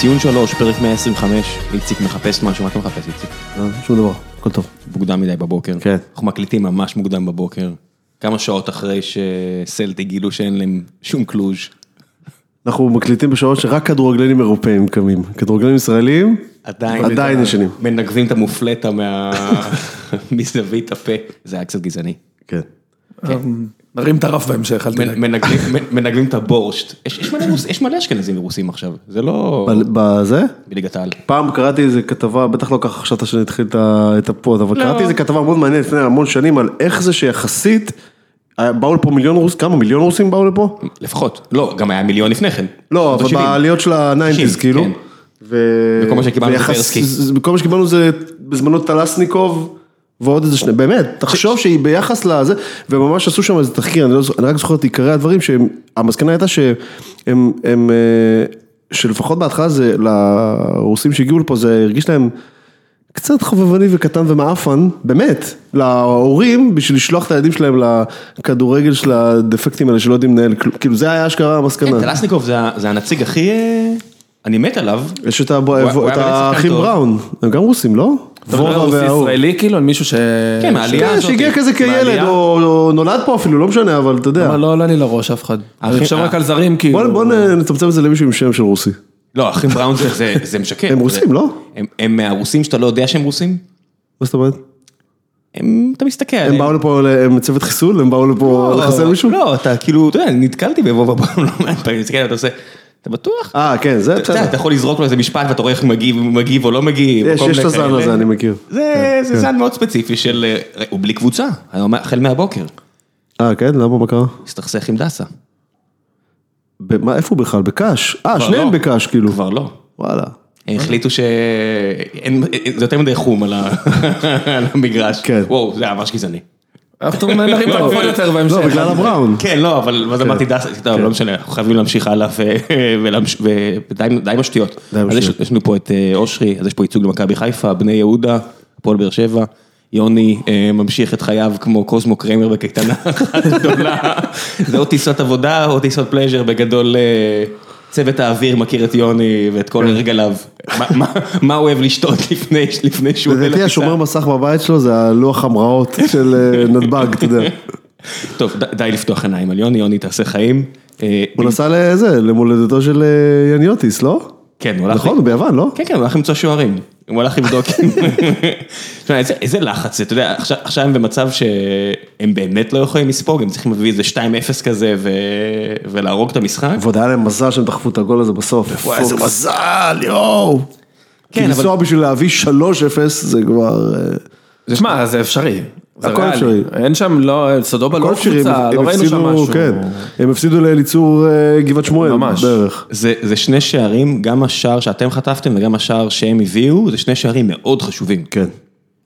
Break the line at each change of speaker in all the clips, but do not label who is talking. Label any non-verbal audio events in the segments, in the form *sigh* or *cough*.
ציון שלוש, פרק 125, איציק מחפש משהו, מה אתה מחפש איציק?
אה, שום דבר, הכל טוב.
מוקדם מדי בבוקר.
כן.
אנחנו מקליטים ממש מוקדם בבוקר, כמה שעות אחרי שסלטי גילו שאין להם שום קלוז'.
אנחנו מקליטים בשעות שרק כדורגלנים אירופאים קמים. כדורגלנים ישראלים
עדיין.
עדיין ישנים.
מנגבים את המופלטה מה... *laughs* מזווית הפה, זה היה קצת גזעני.
כן.
נרים את הרף בהמשך, אל תדאג.
מנ- מנגבים- מנ- מנגבים את הבורשט. יש- יש מלא רוס- יש מלא אשכנזים ורוסים עכשיו, זה לא...
אבל בזה?
בליגת העל.
פעם קראתי איזה כתבה, בטח לא ככה חשבת שנתחיל את ה- את הפוד, אבל קראתי איזה כתבה מאוד מעניינת לפני המון שנים על איך זה שיחסית, אה, באו לפה מיליון רוסים, כמה מיליון רוסים באו לפה?
לפחות. לא, גם היה מיליון לפני כן.
לא,
שנות
אבל
ה-שבעים.
בעליות של הניינטיז
שישים,
כאילו.
כן.
ו-
וכל מה שקיבלנו זה
ויחס-
פרסקי.
זה- וכל מה שקיבלנו זה בזמנו טלסניקוב ועוד איזה שני, באמת, תחשוב שהיא ביחס לזה, וממש עשו שם איזה תחקיר, אני, לא, זוכ- אני רק זוכר את עיקרי הדברים, שהמסקנה הייתה שהם, הם, אה, שלפחות בהתחלה זה, לרוסים שהגיעו לפה זה הרגיש להם קצת חובבני וקטן ומעפן, באמת, להורים, בשביל לשלוח את הילדים שלהם לכדורגל של הדפקטים האלה שלא יודעים לנהל, כלום. כאילו זה היה אשכרה המסקנה.
כן, טלסניקוב זה ה- זה הנציג הכי... אה, אני מת עליו.
יש את ה-
היה באמת
את
שחקן
האחים
טוב.
בראון, הם גם רוסים, לא?
אתה מדבר על
וובה
רוסי
וההוא.
ישראלי כאילו, על מישהו ש...
כן, מהעלייה
כן,
הזאת.
שהגיע כזה כילד,
בעלייה.
או או נולד פה אפילו, לא משנה, אבל אתה יודע.
אבל לא עולה לי לראש אף אחד. אני חושב רק על זרים כאילו.
אה, בוא בוא נ- נצמצם את זה למישהו עם שם של רוסי.
לא, אחים בראון זה- זה- זה משקר.
הם רוסים,
זה-
לא?
הם- הם מהרוסים שאתה לא יודע שהם רוסים?
מה זאת אומרת?
הם, אתה מסתכל עליהם.
הם באו לפה, ל- הם צוות חיסול? הם באו לפה
לא,
לחסל מישהו?
לא, אתה כאילו, אתה יודע, נתקלתי בבובה בראון *laughs* לא מעט פעמים, מסתכל, אתה עושה, אתה בטוח?
אה, כן, זה
אתה יודע,
בסדר.
אתה יכול לזרוק לו איזה משפט ואתה רואה איך הוא מגיב, מגיב או לא מגיב.
יש,
או כל
יש את
מיני
הזן
כאלה.
הזה, אני כן, מכיר.
זה זה זן מאוד ספציפי של, אה, הוא בלי קבוצה, היום- החל מהבוקר,
אה, כן? למה, מה קרה?
הסתכסך עם דסה.
במה- איפה הוא בכלל? בקאש? אה,
כבר
שניהם
לא.
בקאש, כאילו.
כבר לא.
וואלה.
הם החליטו ש... אין- זה יותר מדי חום על ה- *laughs* על המגרש.
כן.
וואו, זה היה ממש גזעני.
אנחנו נרים את הרף עוד יותר בהמשך.
לא, בגלל הבראון.
כן, לא, אבל אז אמרתי דסה,
כן.
טוב, לא משנה, אנחנו חייבים להמשיך הלאה ו- *laughs* ולהמש- ו- ודי די עם השטויות.
די עם
אז יש-
השטויות.
יש לנו פה את אה, אושרי, אז יש פה ייצוג למכבי חיפה, בני יהודה, הפועל באר שבע. יוני אה, ממשיך את חייו כמו קוסמו קרמר בקייטנה *laughs* אחת גדולה. זה או טיסות עבודה או טיסות פלז'ר, בגדול אה, צוות האוויר מכיר את יוני ואת
כן.
כל הרגליו. מה- מה- מה הוא אוהב לשתות *laughs* לפני לפני שהוא עולה
לדעתי השומר מסך בבית שלו זה הלוח המראות של אה, נתב"ג,
*laughs*
אתה יודע.
טוב, ד- די לפתוח עיניים על יוני, יוני תעשה חיים. אה,
הוא נסע לזה, למולדתו של אה, יניוטיס, לא?
כן, הוא הלך...
נכון, הוא ביוון, לא?
כן, כן, הוא הלך למצוא שוערים. הוא הלך לבדוק. תשמע, איזה- איזה לחץ זה, אתה יודע, עכשיו- עכשיו הם במצב שהם באמת לא יכולים לספוג, הם צריכים להביא איזה 2-0 כזה ו- ולהרוג את המשחק.
ועוד היה להם מזל שהם דחפו את הגול הזה בסוף. וואי, איזה מזל,
כן,
יואו. כי
אבל-
לנסוע בשביל להביא 3-0 זה כבר... אה,
שמע, זה אפשרי. זה
הכל
ריאלי.
אפשרי.
אין שם, לא, סודובה
כל
לא
שירים,
קבוצה,
הם
לא ראינו שם
הפסידו-
משהו.
כן, הם הפסידו לאליצור אה, גבעת שמואל
ממש.
בערך.
זה, זה שני שערים, גם השער שאתם חטפתם וגם השער שהם הביאו, זה שני שערים מאוד חשובים.
כן,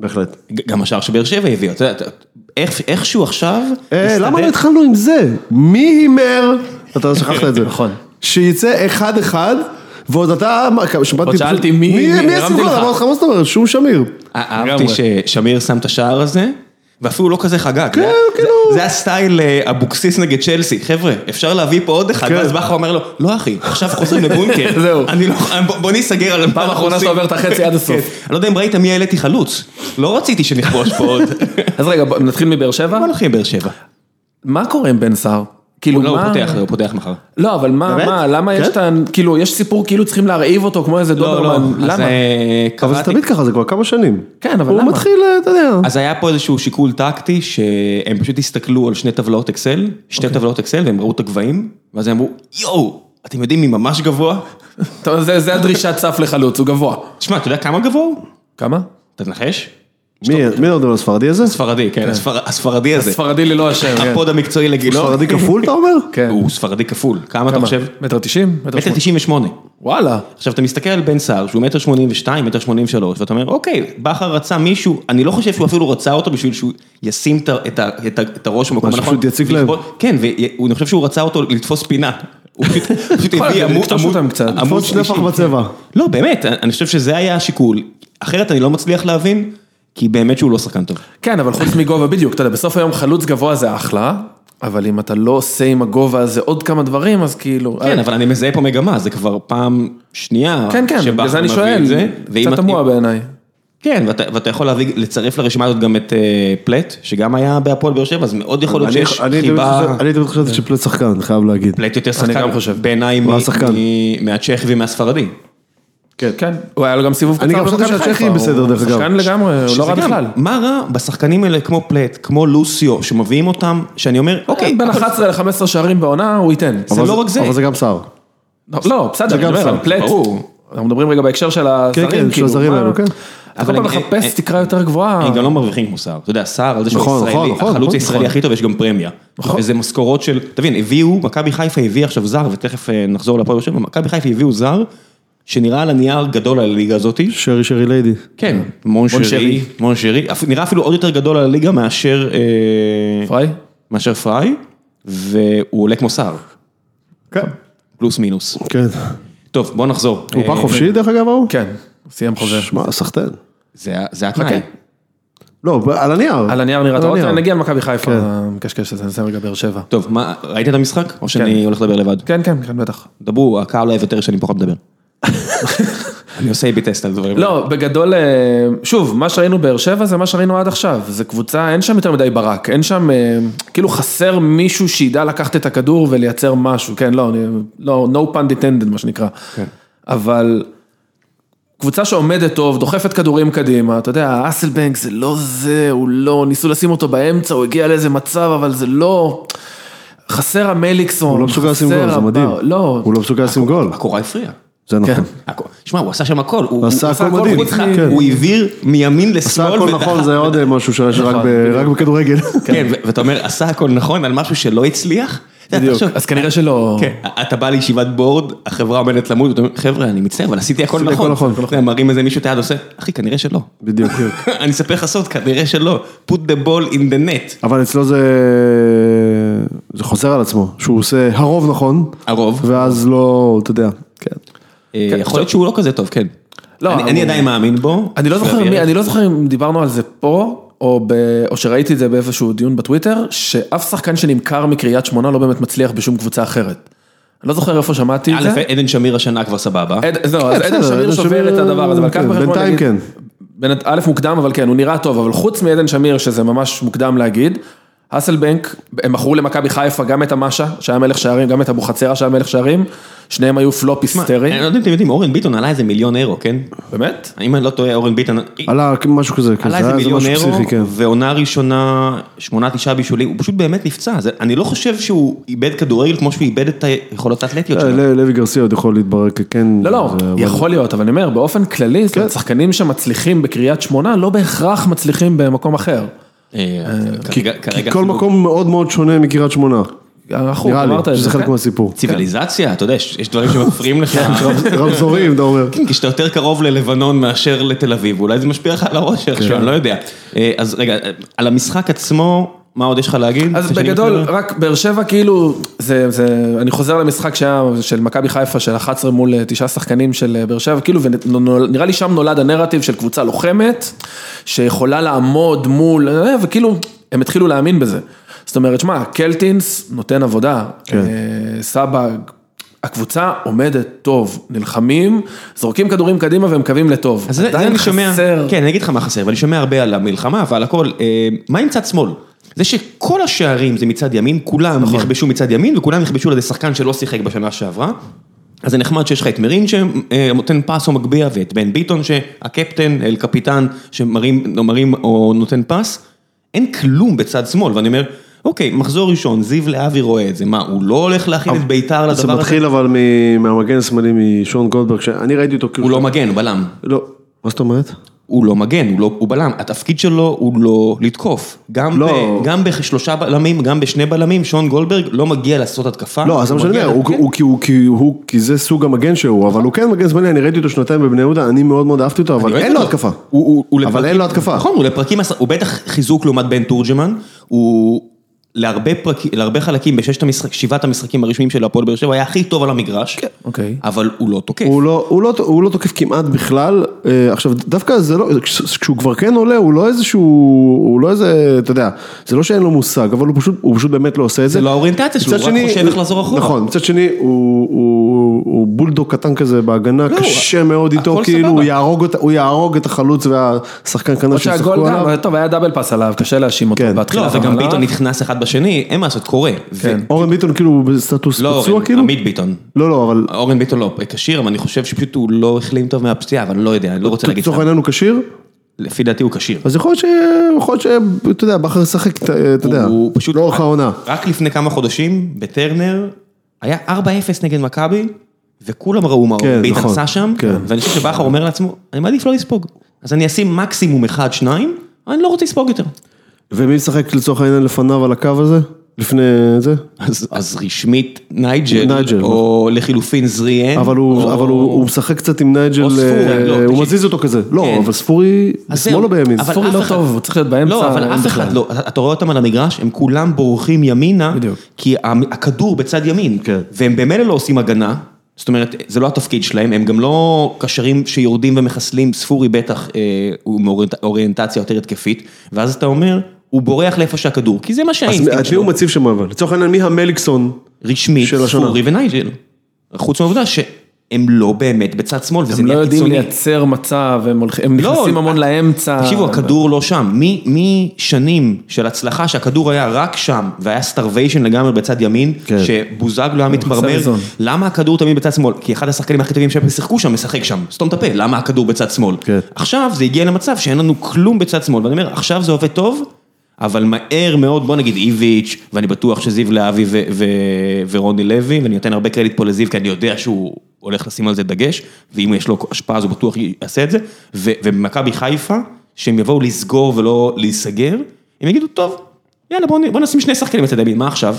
בהחלט.
ג- גם השער שבאר שבע הביאו, אתה יודע, אתה- איך- איכשהו עכשיו...
אה,
מסתבר-
למה לא התחלנו עם זה? מי הימר? אתה שכחת את זה. נכון. שיצא אחד אחד, ועוד אתה, שמעתי פשוט-
שאלתי מי- מי-
מי
הרמתי
הסיפור?
לך.
אמרתי לך, מה זאת אומרת? שום שמיר.
אה, אהבתי ששמיר שם את השער הזה, ואפילו לא כזה חגג.
כן,
זה היה-
כאילו.
זה- זה הסטייל אה, אבוקסיס נגד צ'לסי. חבר'ה, אפשר להביא פה עוד אחד,
כן.
ואז בכר אומר לו, לא אחי, עכשיו חוזרים
*laughs*
לבונקר.
זהו.
אני לא- בוא- בוא ניסגר על...
פעם אחרונה שאתה עובר את החצי עד הסוף.
אני לא יודע אם ראית מי העליתי חלוץ. לא רציתי שנכבוש פה
*laughs*
עוד.
אז רגע, בוא- נתחיל מבאר שבע?
בוא נתחיל עם באר שבע.
מה קורה עם בן סער? כאילו,
לא, הוא
מה-
פותח, הוא פותח מחר.
לא, אבל מה,
באמת?
מה, למה יש
כן?
את ה... כאילו, יש סיפור כאילו צריכים להרעיב אותו כמו איזה דוברמן,
לא, אז,
למה? לא
אה,
אבל זה
קבעתי-
תמיד ככה, זה כבר כמה שנים.
כן, אבל
הוא
למה?
מתחיל, אה, אתה יודע.
אז היה פה איזשהו שיקול טקטי, שהם פשוט הסתכלו על שני טבלאות אקסל, שתי טבלאות אקסל, והם ראו את הגבהים, ואז הם אמרו, יואו, אתם יודעים מי ממש גבוה?
טוב, זה זה הדרישת סף לחלוץ, הוא גבוה.
תשמע, אתה יודע כמה גבוה הוא?
כמה?
אתה תנחש?
מי- מי עוד לא הספרדי הזה?
ספרדי, כן, הספר- הספרדי הזה.
ספרדי ללא השם, כן.
הפוד המקצועי לגילו.
ספרדי כפול אתה
*laughs*
אומר?
כן.
הוא ספרדי כפול. כמה אתה
כמה?
חושב?
מטר תשעים? מטר
מטר
שמונים.
תשעים ושמונה.
וואלה.
עכשיו אתה מסתכל על בן סער שהוא מטר שמונים ושתיים, מטר שמונים ושלוש, ואתה אומר אוקיי, בכר רצה מישהו, אני לא חושב שהוא אפילו רצה אותו בשביל שהוא ישים את ה- את ה- את ה- את הראש במקום
מה,
הנכון.
שפשוט יציק להם.
לכבוד- כן, ואני חושב שהוא רצה אותו לתפוס פינה. הוא
*laughs*
פשוט הוא פשוט
יכול
הביא
להיות,
עמוד,
לתפוס
עמוד,
אותם קצת,
עמוד
לפחות
שלישי.
שנפח בצבע.
לא באמת, אני חושב שזה היה השיקול, אחרת אני לא מצליח להבין, כי באמת שהוא לא שחקן טוב.
כן, אבל חוץ מגובה, בדיוק, אתה יודע, בסוף היום חלוץ גבוה זה אחלה, אבל אם אתה לא עושה עם הגובה הזה עוד כמה דברים, אז כאילו...
כן, אבל אני מזהה פה מגמה, זה כבר פעם שנייה
כן, כן,
שבכר
בגלל זה אני
מביא
שואל,
את זה. ואם-
קצת תמוה בעיניי.
כן, ואתה, ואתה יכול להביא, לצרף לרשימה הזאת גם את אה, פלט, שגם היה בהפועל באר שבע, אז מאוד יכול להיות
אני-
שיש
אני תמיד
חיבה, כן.
חושב- אני תמיד חשבתי שפלט שחקן, אני חייב להגיד.
פלט יותר
גם
שחקן
חושב.
בעיניי
הוא
מ-
השחקן.
מ- מהצ'כי ומהספרדי.
כן, הוא היה לו גם סיבוב קצר.
אני גם חשבתי
במכבי
שהצ'כי
חיפה,
בסדר,
הוא
דרך אגב.
שחקן לגמרי, הוא לא רע
שזה גם,
בכלל.
מה רע בשחקנים האלה כמו פלט, כמו לוסיו, שמביאים אותם, שאני
אה,
אומר, אוקיי,
אה, בין
הכל-
11 ל-15 שערים בעונה, הוא ייתן.
זה
אבל
לא רק זה.
אבל זה גם סער.
לא, לא, בסדר, אני
גם
מדבר
סל,
על פלט.
ברור.
אנחנו מדברים רגע בהקשר של
כן,
הזרים,
של
כאילו,
הזרים
מה-
האלו, כן.
אתה
אבל
כל פעם
הם- הם-
מחפש תקרה יותר גבוהה.
הם גם לא מרוויחים כמו סער, אתה יודע, סער על זה שהוא
נכון, נכון,
ישראלי,
נכון,
החלוץ
נכון.
הישראלי הכי טוב, יש גם פרמיה. וזה משכורות של, תבין, הביאו, מכבי חיפה הביאה עכשיו זר, ותכף אה, נחזור לפועל באר שבע, מכבי חיפה הביאו זר, שנראה על הנייר גדול על הליגה הזאת,
שרי שרי ליידי.
כן, מונשרי,
מונשרי.
מונשרי, אפ- נראה אפילו עוד יותר גדול על הליגה מאשר, אה,
פריי?
מאשר פריי, והוא עולה כמו סער,
כן.
פלוס מינוס.
כן.
טוב, בוא נחזור.
אוקיי.
הוא
אה,
פח חופשי דרך אגב ההוא?
כן, הוא סיים חוזה.
שמע, סחטיין.
זה ה- זה התנאי.
חכה.
לא, ב- על הנייר.
על לא הנייר נראה טוב,
הנייר.
טוב, נגיע למכבי חיפה, מקשקש את זה, נסיים רגע באר שבע.
טוב, מה, ראית את המשחק? או שאני הולך לדבר לבד?
כן, כן, כן, בטח.
דברו, הקהל אוהב יותר שאני פחות
*laughs*
מדבר. אני עושה בי טסט על דברים.
לא, בגדול, אה, שוב, מה שראינו באר שבע זה מה שראינו עד עכשיו. זו קבוצה, אין שם יותר מדי ברק, אין שם, אה, כאילו חסר מישהו שידע לקחת את הכדור ולייצר משהו, כן, לא, אני- לא, no pun detended מה שנקרא. כן. אבל קבוצה שעומדת טוב, דוחפת כדורים קדימה, אתה יודע, אסלבנק זה לא זה, הוא לא, ניסו לשים אותו באמצע, הוא הגיע לאיזה מצב, אבל זה לא... חסר המליקסון,
הוא לא מסוגל לשים
חסר
גול, זה
הבר-
מדהים.
לא, כן.
הוא לא מסוגל לשים גול.
הקורה הפריע.
זה נכון.
הק- שמע, הוא עשה שם הכל. הוא
עשה
הוא
הכל מדהים,
חוץ מ-
כן.
הוא העביר מימין
עשה
לשמאל.
הכל
ודחף.
נכון, זה עוד אה, משהו ש- שרק
נכון,
ב- רק בכדורגל.
כן, ו- ואתה אומר, עשה הכל נכון על משהו שלא הצליח? אתה יודע,
בדיוק,
תחשוב,
אז כנראה שלא...
כן, אתה בא לישיבת בורד, החברה עומדת למות, ואתה אומר, חבר'ה, אני מצטער, אבל עשיתי הכל
הכל
נכון.
נכון,
אתה יודע, מרים איזה מישהו את היד עושה, אחי, כנראה שלא.
*laughs*
*laughs*
בדיוק.
אני אספר לך סוד, כנראה שלא. put the ball in the net.
אבל אצלו זה... זה חוזר על עצמו, שהוא עושה הרוב נכון,
הרוב.
ואז לא, אתה יודע. כן.
אה, יכול להיות שהוא לא כזה טוב, כן.
לא,
אני
הוא-
אני עדיין מאמין בו. אה,
אני לא זוכר
ואני-
מי, אני לא זוכר אם דיברנו על זה פה, או, ב, או שראיתי את זה באיזשהו דיון בטוויטר, שאף שחקן שנמכר מקריית שמונה לא באמת מצליח בשום קבוצה אחרת. אני לא זוכר איפה שמעתי את
א',
זה.
עדן שמיר השנה כבר סבבה.
עד, אז זהו, אז
אה, כן, בסדר,
עדן שמיר
עדן שמיר,
שובר את הדבר הזה, אבל
כן,
קח בחשבון,
בינתיים
נגיד,
כן.
בין- א', מוקדם, אבל כן, הוא נראה טוב, אבל חוץ מעדן שמיר, שזה ממש מוקדם להגיד, אסלבנק, הם מכרו למכבי חיפה גם את המאשה, שהיה מלך שערים, גם את אבוחצירא שהיה מלך שערים, שניהם היו פלופ
מה,
היסטרי,
אני לא יודע אם אתם יודעים, אורן ביטון עלה איזה מיליון אירו, כן?
באמת?
אם אני לא טועה, אורן ביטון...
עלה משהו כזה, כן,
עלה
זה
איזה
היה איזה
מיליון
משהו
אירו,
פסיכי, כן.
ועונה ראשונה, שמונה, תשעה בישולים, הוא פשוט באמת נפצע. זה- אני לא חושב שהוא איבד כדורגל כמו שהוא איבד את היכולות האתלטיות
אה,
שלו.
ל- לוי גרסיה עוד יכול להתברק, כן.
לא, לא,
זה- אבל- כן.
יכול להיות, אבל אני אומר, באופן כללי, זאת אומרת, שחקנים שמצליחים בקריית שמונה, לא בהכרח מצליחים במקום אחר.
אה, כרגע-
כי
כרגע
כל
אפילו לא. נכון,
מקום מאוד מאוד שונה מקריית שמונה.
החוק,
נראה לי,
אמרת את
שזה
זה,
חלק
כן?
מהסיפור.
ציוויליזציה, אתה יודע, יש יש דברים שמפריעים לך.
כן, רמזורים, אתה אומר.
כן, כי שאתה יותר קרוב ללבנון מאשר לתל אביב, אולי זה משפיע לך על הראש
כן.
איכשהו, אני לא יודע. אה, אז רגע, אה, על המשחק עצמו, מה עוד יש לך להגיד?
אז
שאני
בגדול,
מתחיל?
רק באר שבע כאילו, זה, זה, אני חוזר למשחק שהיה של מכבי חיפה, של 11 מול אה, תשעה שחקנים של אה, באר שבע, כאילו, ונראה לי שם נולד הנרטיב של קבוצה לוחמת, שיכולה לעמוד מול, אה, וכאילו, הם התחילו להאמין בזה. זאת אומרת, שמע, קלטינס נותן עבודה,
כן.
אה, סבג. הקבוצה עומדת טוב, נלחמים, זורקים כדורים קדימה ומקווים לטוב.
אז זה, זה
עדיין
אני שומע,
חסר-
כן, אני אגיד לך מה חסר, ואני שומע הרבה על המלחמה ועל הכל, אה, מה עם צד שמאל? זה שכל השערים זה מצד ימין, כולם נכון. נכבשו מצד ימין, וכולם נכבשו על ידי שחקן שלא שיחק בשנה שעברה. אז זה נחמד שיש לך את מרין שנותן פס או מגביה, ואת בן ביטון שהקפטן, אל קפיטן, שמרים או, מרים, או נותן פס. אין כלום בצד שמאל, ואני אומר, אוקיי, מחזור ראשון, זיו להבי רואה את זה, מה, הוא לא הולך להכין את ביתר
זה
לדבר הזה?
מתחיל אבל מ- מהמגן השמאלי משון גולדברג, שאני ראיתי אותו כאילו...
הוא לא מגן, הוא בלם.
לא. מה זאת אומרת?
הוא לא מגן, הוא, לא, הוא בלם, התפקיד שלו הוא לא לתקוף. גם,
לא.
ב, גם בשלושה בלמים, גם בשני בלמים, שון גולדברג לא מגיע לעשות התקפה.
לא, אז זה מה
הוא
שאני
מגיע כן.
אומר, הוא-
לתקן.
הוא- כי הוא- כי הוא- כי זה סוג המגן שהוא, אבל הוא כן מגן שמאלי, אני ראיתי אותו שנתיים בבני יהודה, אני מאוד מאוד אהבתי אותו, אבל
אני אוהב
אין לו
אותו.
התקפה.
לא, הוא- הוא- הוא
אבל
לפרקים-
אין לו התקפה.
נכון, הוא לפרקים, עשר- הוא בטח חיזוק לעומת בן תורג'מן, הוא... להרבה, פרק, להרבה חלקים בששת המשחק, שבעת המשחקים הרשמיים של הפועל באר שבע היה הכי טוב על המגרש, כן,
אוקיי.
אבל הוא לא תוקף.
הוא לא, הוא, לא, הוא לא תוקף כמעט בכלל, אה, עכשיו דווקא זה לא, כש- כשהוא כבר כן עולה הוא לא איזשהו, הוא לא איזה, אתה יודע, זה לא שאין לו מושג, אבל הוא פשוט, הוא פשוט באמת לא עושה את זה.
זה לא האוריינטציה שלו,
מצד
הוא רק חושב איך לחזור אחורה.
נכון, מצד שני הוא, הוא, הוא בולדוג קטן כזה בהגנה,
לא,
קשה מאוד איתו,
הכל
כאילו הוא
סבבה.
יהרוג, אותה- הוא יהרוג את החלוץ והשחקן כנף
או שהגול
שישחקו עליו.
גם, טוב היה דאבל פאס עליו, קשה להאשים אותו
כן.
בהתחלה.
לא, וגם
אבל-
ביטון נכנס אחד בשני, אין מה לעשות, קורה.
כן.
ו-
אורן ביטון כאילו הוא בסטטוס
לא
פצוע
אורן,
כאילו?
עמית ביטון.
לא, לא, אבל
אורן ביטון לא כשיר, אבל אני חושב שפשוט הוא לא החלים טוב מהפציעה, אבל אני לא יודע, אני לא רוצה להגיד
לצורך
סתם.
העניין הוא כשיר,
לפי דעתי הוא כשיר.
אז יכול להיות ש... יכול להיות ש... אתה יודע, בכר ישחק, אתה אתה יודע,
הוא פשוט...
לאורך העונה.
רק לפני כמה חודשים, בטרנר, היה 4-0 נגד מכבי, וכולם ראו מה
כן,
כן, ביטן
נכון,
עשה שם,
כן.
ואני חושב שבכר אומר לעצמו, אני מעדיף לא לספוג. אז אני אשים מקסימום 1-2, אבל אני לא רוצה לספוג יותר.
ומי משחק לצורך העניין לפניו על הקו הזה? לפני זה?
אז, אז רשמית נייג'ל,
נייג'ל. נכון.
או לחילופין זריאן,
אבל הוא,
או...
אבל הוא, הוא משחק קצת עם נייג'ל,
או ספורי,
אה,
לא,
הוא
תקשיב.
מזיז אותו כזה. לא,
כן.
אבל ספורי,
אז זהו,
בשמאל או בימין?
אבל
ספורי
אף
לא
אחד-
טוב, הוא צריך להיות באמצע,
לא, אבל
אין
אף
בכלל.
אחד לא, אתה רואה אותם על המגרש, הם כולם בורחים ימינה,
בדיוק.
כי המ- הכדור בצד ימין,
כן.
והם במילא לא עושים הגנה, זאת אומרת, זה לא התפקיד שלהם, הם גם לא קשרים שיורדים ומחסלים, ספורי בטח אה, הוא מאוריינטציה יותר התקפית, ואז אתה אומר, הוא בורח לאיפה שהכדור, כי זה מה
אז
שהאינסטינקט
את מי הוא
שלו,
מציב שם אבל? לצורך העניין, מי המליקסון?
רשמית,
של השנה.
ספורי ונייג'ל, חוץ מהעובדה שהם לא באמת בצד שמאל, וזה
הם לא
נהיה
יודעים
קיצוני.
לייצר מצב, הם הולכים- הם
לא,
נכנסים המון לאמצע.
תקשיבו, הכדור לא שם. מ- משנים של הצלחה שהכדור היה רק שם, והיה סטרוויישן לגמרי בצד ימין,
כן.
שבוזגלו היה מתמרמר,
איזון.
למה הכדור תמיד בצד שמאל? כי אחד השחקנים הכי טובים ששיחקו שם, משחק שם. סתום את הפה, למה הכדור בצד שמאל?
כן.
עכשיו זה הגיע למצב שאין לנו כלום בצד שמאל, ואני אומר, עכשיו זה עובד טוב. אבל מהר מאוד, בוא נגיד איביץ', ואני בטוח שזיו להבי ו- ו- ורוני לוי, ואני נותן הרבה קרדיט פה לזיו, כי אני יודע שהוא הולך לשים על זה דגש, ואם יש לו השפעה אז הוא בטוח יעשה את זה, ו- ובמכבי חיפה, שהם יבואו לסגור ולא להיסגר, הם יגידו, טוב, יאללה בוא, נ- בוא נשים שני שחקנים בצד ימין, מה עכשיו?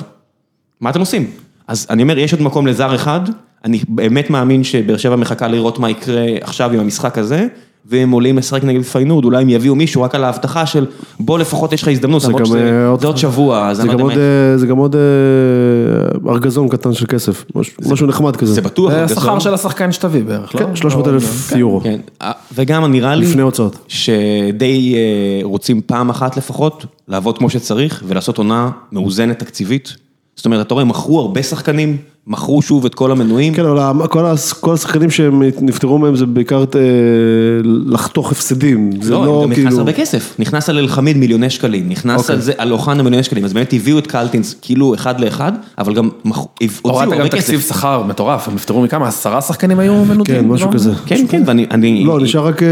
מה אתם עושים? אז אני אומר, יש עוד מקום לזר אחד, אני באמת מאמין שבאר שבע מחכה לראות מה יקרה עכשיו עם המשחק הזה, והם עולים לשחק נגד פיינורד, אולי הם יביאו מישהו רק על ההבטחה של בוא לפחות יש לך הזדמנות, למרות
גם,
שזה
אה, עוד-
זה עוד שבוע, אז
זה
אני לא
גם,
יודע
עוד,
מה...
אה, זה גם עוד אה, ארגזון קטן של כסף, משהו- משהו נחמד כזה.
זה בטוח,
אה,
זה
גדול.
השכר של השחקן שתביא בערך, לא?
כן, 300 אלף יורו.
כן, אה, וגם נראה לי...
לפני הוצאות.
שדי אה, רוצים פעם אחת לפחות לעבוד כמו שצריך ולעשות עונה מאוזנת תקציבית. זאת אומרת, אתה רואה, מכרו הרבה שחקנים, מכרו שוב את כל המנויים.
כן, אבל המ- כל הס- כל השחקנים שהם נפטרו מהם זה בעיקר אה, לחתוך הפסדים. זה
לא,
לא
גם נכנס
כאילו...
הרבה כסף, נכנס על אלחמיד מיליוני שקלים, נכנס
אוקיי.
על זה, על אוחנה מיליוני שקלים, אז באמת הביאו את קלטינס כאילו אחד לאחד, אבל גם מכ-
הורדת
הוציאו
גם
הרבה
תקציב
כסף.
שכר מטורף, הם נפטרו מכמה, עשרה שחקנים היו מנודים?
כן, משהו
לא?
כזה.
כן, כן, ואני, אני,
לא, נשאר רק אה,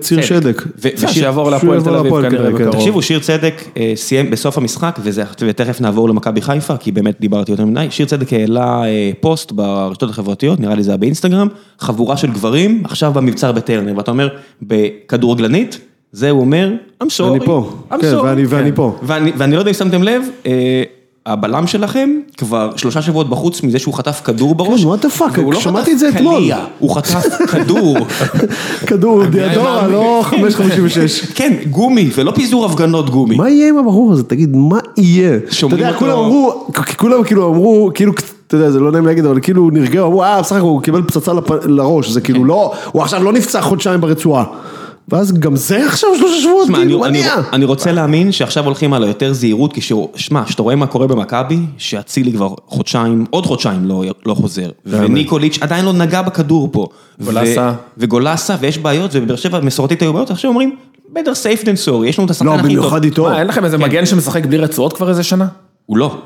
ציר
צדק.
שדק.
ו-
בסדר,
ושיר-
שיעבור
שהוא
להפועל
יעבור
תל אביב
להפועל
כנראה
כנראה, כן.
בקרוב.
תקשיבו, שיר צדק אה, סיים בסוף המשחק, וזה, ותכף נעבור למכבי חיפה, כי באמת דיברתי יותר מדי, שיר צדק העלה אה, פוסט ברשתות החברתיות, נראה לי זה היה באינסטגרם, חבורה של גברים, עכשיו במבצר בטרנר, ואתה אומר, בכדורגלנית, זה הוא אומר, I'm sorry,
אני פה,
I'm
כן,
sorry."
ואני- ואני פה.
ואני, ואני לא יודע אם שמתם לב, אה, הבלם שלכם כבר שלושה שבועות בחוץ מזה שהוא חטף כדור בראש.
what the fuck,
והוא לא
כן, שמעתי
חטף
את זה אתמול.
קליע, הוא חטף
*laughs*
כדור.
כדור
*laughs*
דיאדורה, לא 5.56.
כן, גומי, ולא פיזור הפגנות גומי.
מה יהיה עם הבחור הזה? תגיד, מה יהיה? אתה
שומעים
יודע,
אותו-
כולם אמרו, כ- כולם כאילו אמרו, כאילו, אתה יודע, זה לא נעים להגיד, אבל כאילו נרגעו, אמרו, אה, בסך הכל הוא קיבל פצצה לפ- לראש, זה
כן.
כאילו לא, הוא עכשיו לא נפצע חודשיים ברצועה. ואז גם זה עכשיו שלושה שבועות,
שמע, אני,
כאילו, מה
אני,
נהיה?
אני רוצה להאמין שעכשיו הולכים על היותר זהירות, כי שהוא- שמע, כשאתה רואה מה קורה במכבי, שאצילי כבר חודשיים, עוד חודשיים לא, לא חוזר, וניקוליץ' עדיין לא נגע בכדור פה.
גולסה.
ו, וגולסה, ויש בעיות, ובבאר שבע מסורתית היו בעיות, עכשיו אומרים, better safe than sorry, יש לנו את השחקן
לא,
הכי טוב.
במיוחד איתו.
מה, אין לכם
כן.
איזה מגן שמשחק בלי רצועות כבר איזה שנה?
הוא לא.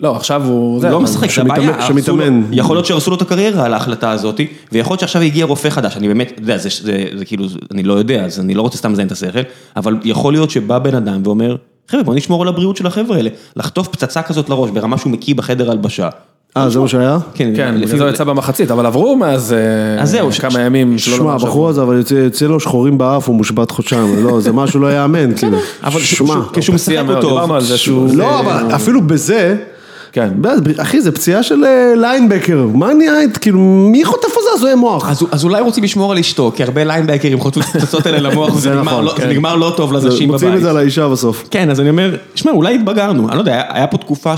לא, עכשיו הוא... זה,
הוא לא
אבל-
משחק, זה
שמתאמן-
הבעיה. הרסו לו-
שמתאמן.
יכול להיות שהרסו לו את הקריירה על ההחלטה הזאת, ויכול להיות שעכשיו הגיע רופא חדש, אני באמת, אתה יודע, זה- זה זה כאילו, אני לא יודע, אז אני לא רוצה סתם לזיין את השכל, אבל יכול להיות שבא בן אדם ואומר, חבר'ה, בוא נשמור על הבריאות של החבר'ה האלה, לחטוף פצצה כזאת לראש ברמה שהוא מקיא בחדר הלבשה.
אה, זה מה שהיה?
כן, לפי זה הוא
זה-
יצא במחצית, אבל עברו מאז אה,
אז זהו, ש- ש-
כמה ימים.
לא
שלא
שמע,
לומר שבוע.
הבחור הזה, אבל יוצא- יוצא לו שחורים באף, הוא מושבת חודשיים, לא, זה משהו לא יאמן, כאילו.
אבל
שמע,
כשהוא משחק
הוא
הוא
פציע מאוד,
טוב,
דיברנו על זה שהוא...
לא, אבל אפילו לא, בזה,
אה, כן.
באמת, אחי, זה פציעה של אה, ליינבקר, מה נהיה, את- כאילו, מי חוטף על זה הזוהי מוח?
אז, אז אולי רוצים לשמור על אשתו, כי הרבה ליינבקרים חוטפו פצצות האלה למוח, וזה
זה
נגמר,
נכון,
לא, זה
כן.
נגמר לא טוב לנשים בבית.
מוצאים את זה על האישה בסוף.
כן, אז אני אומר, שמע, אולי התבגרנו, אני לא יודע, היה, היה פה תקופה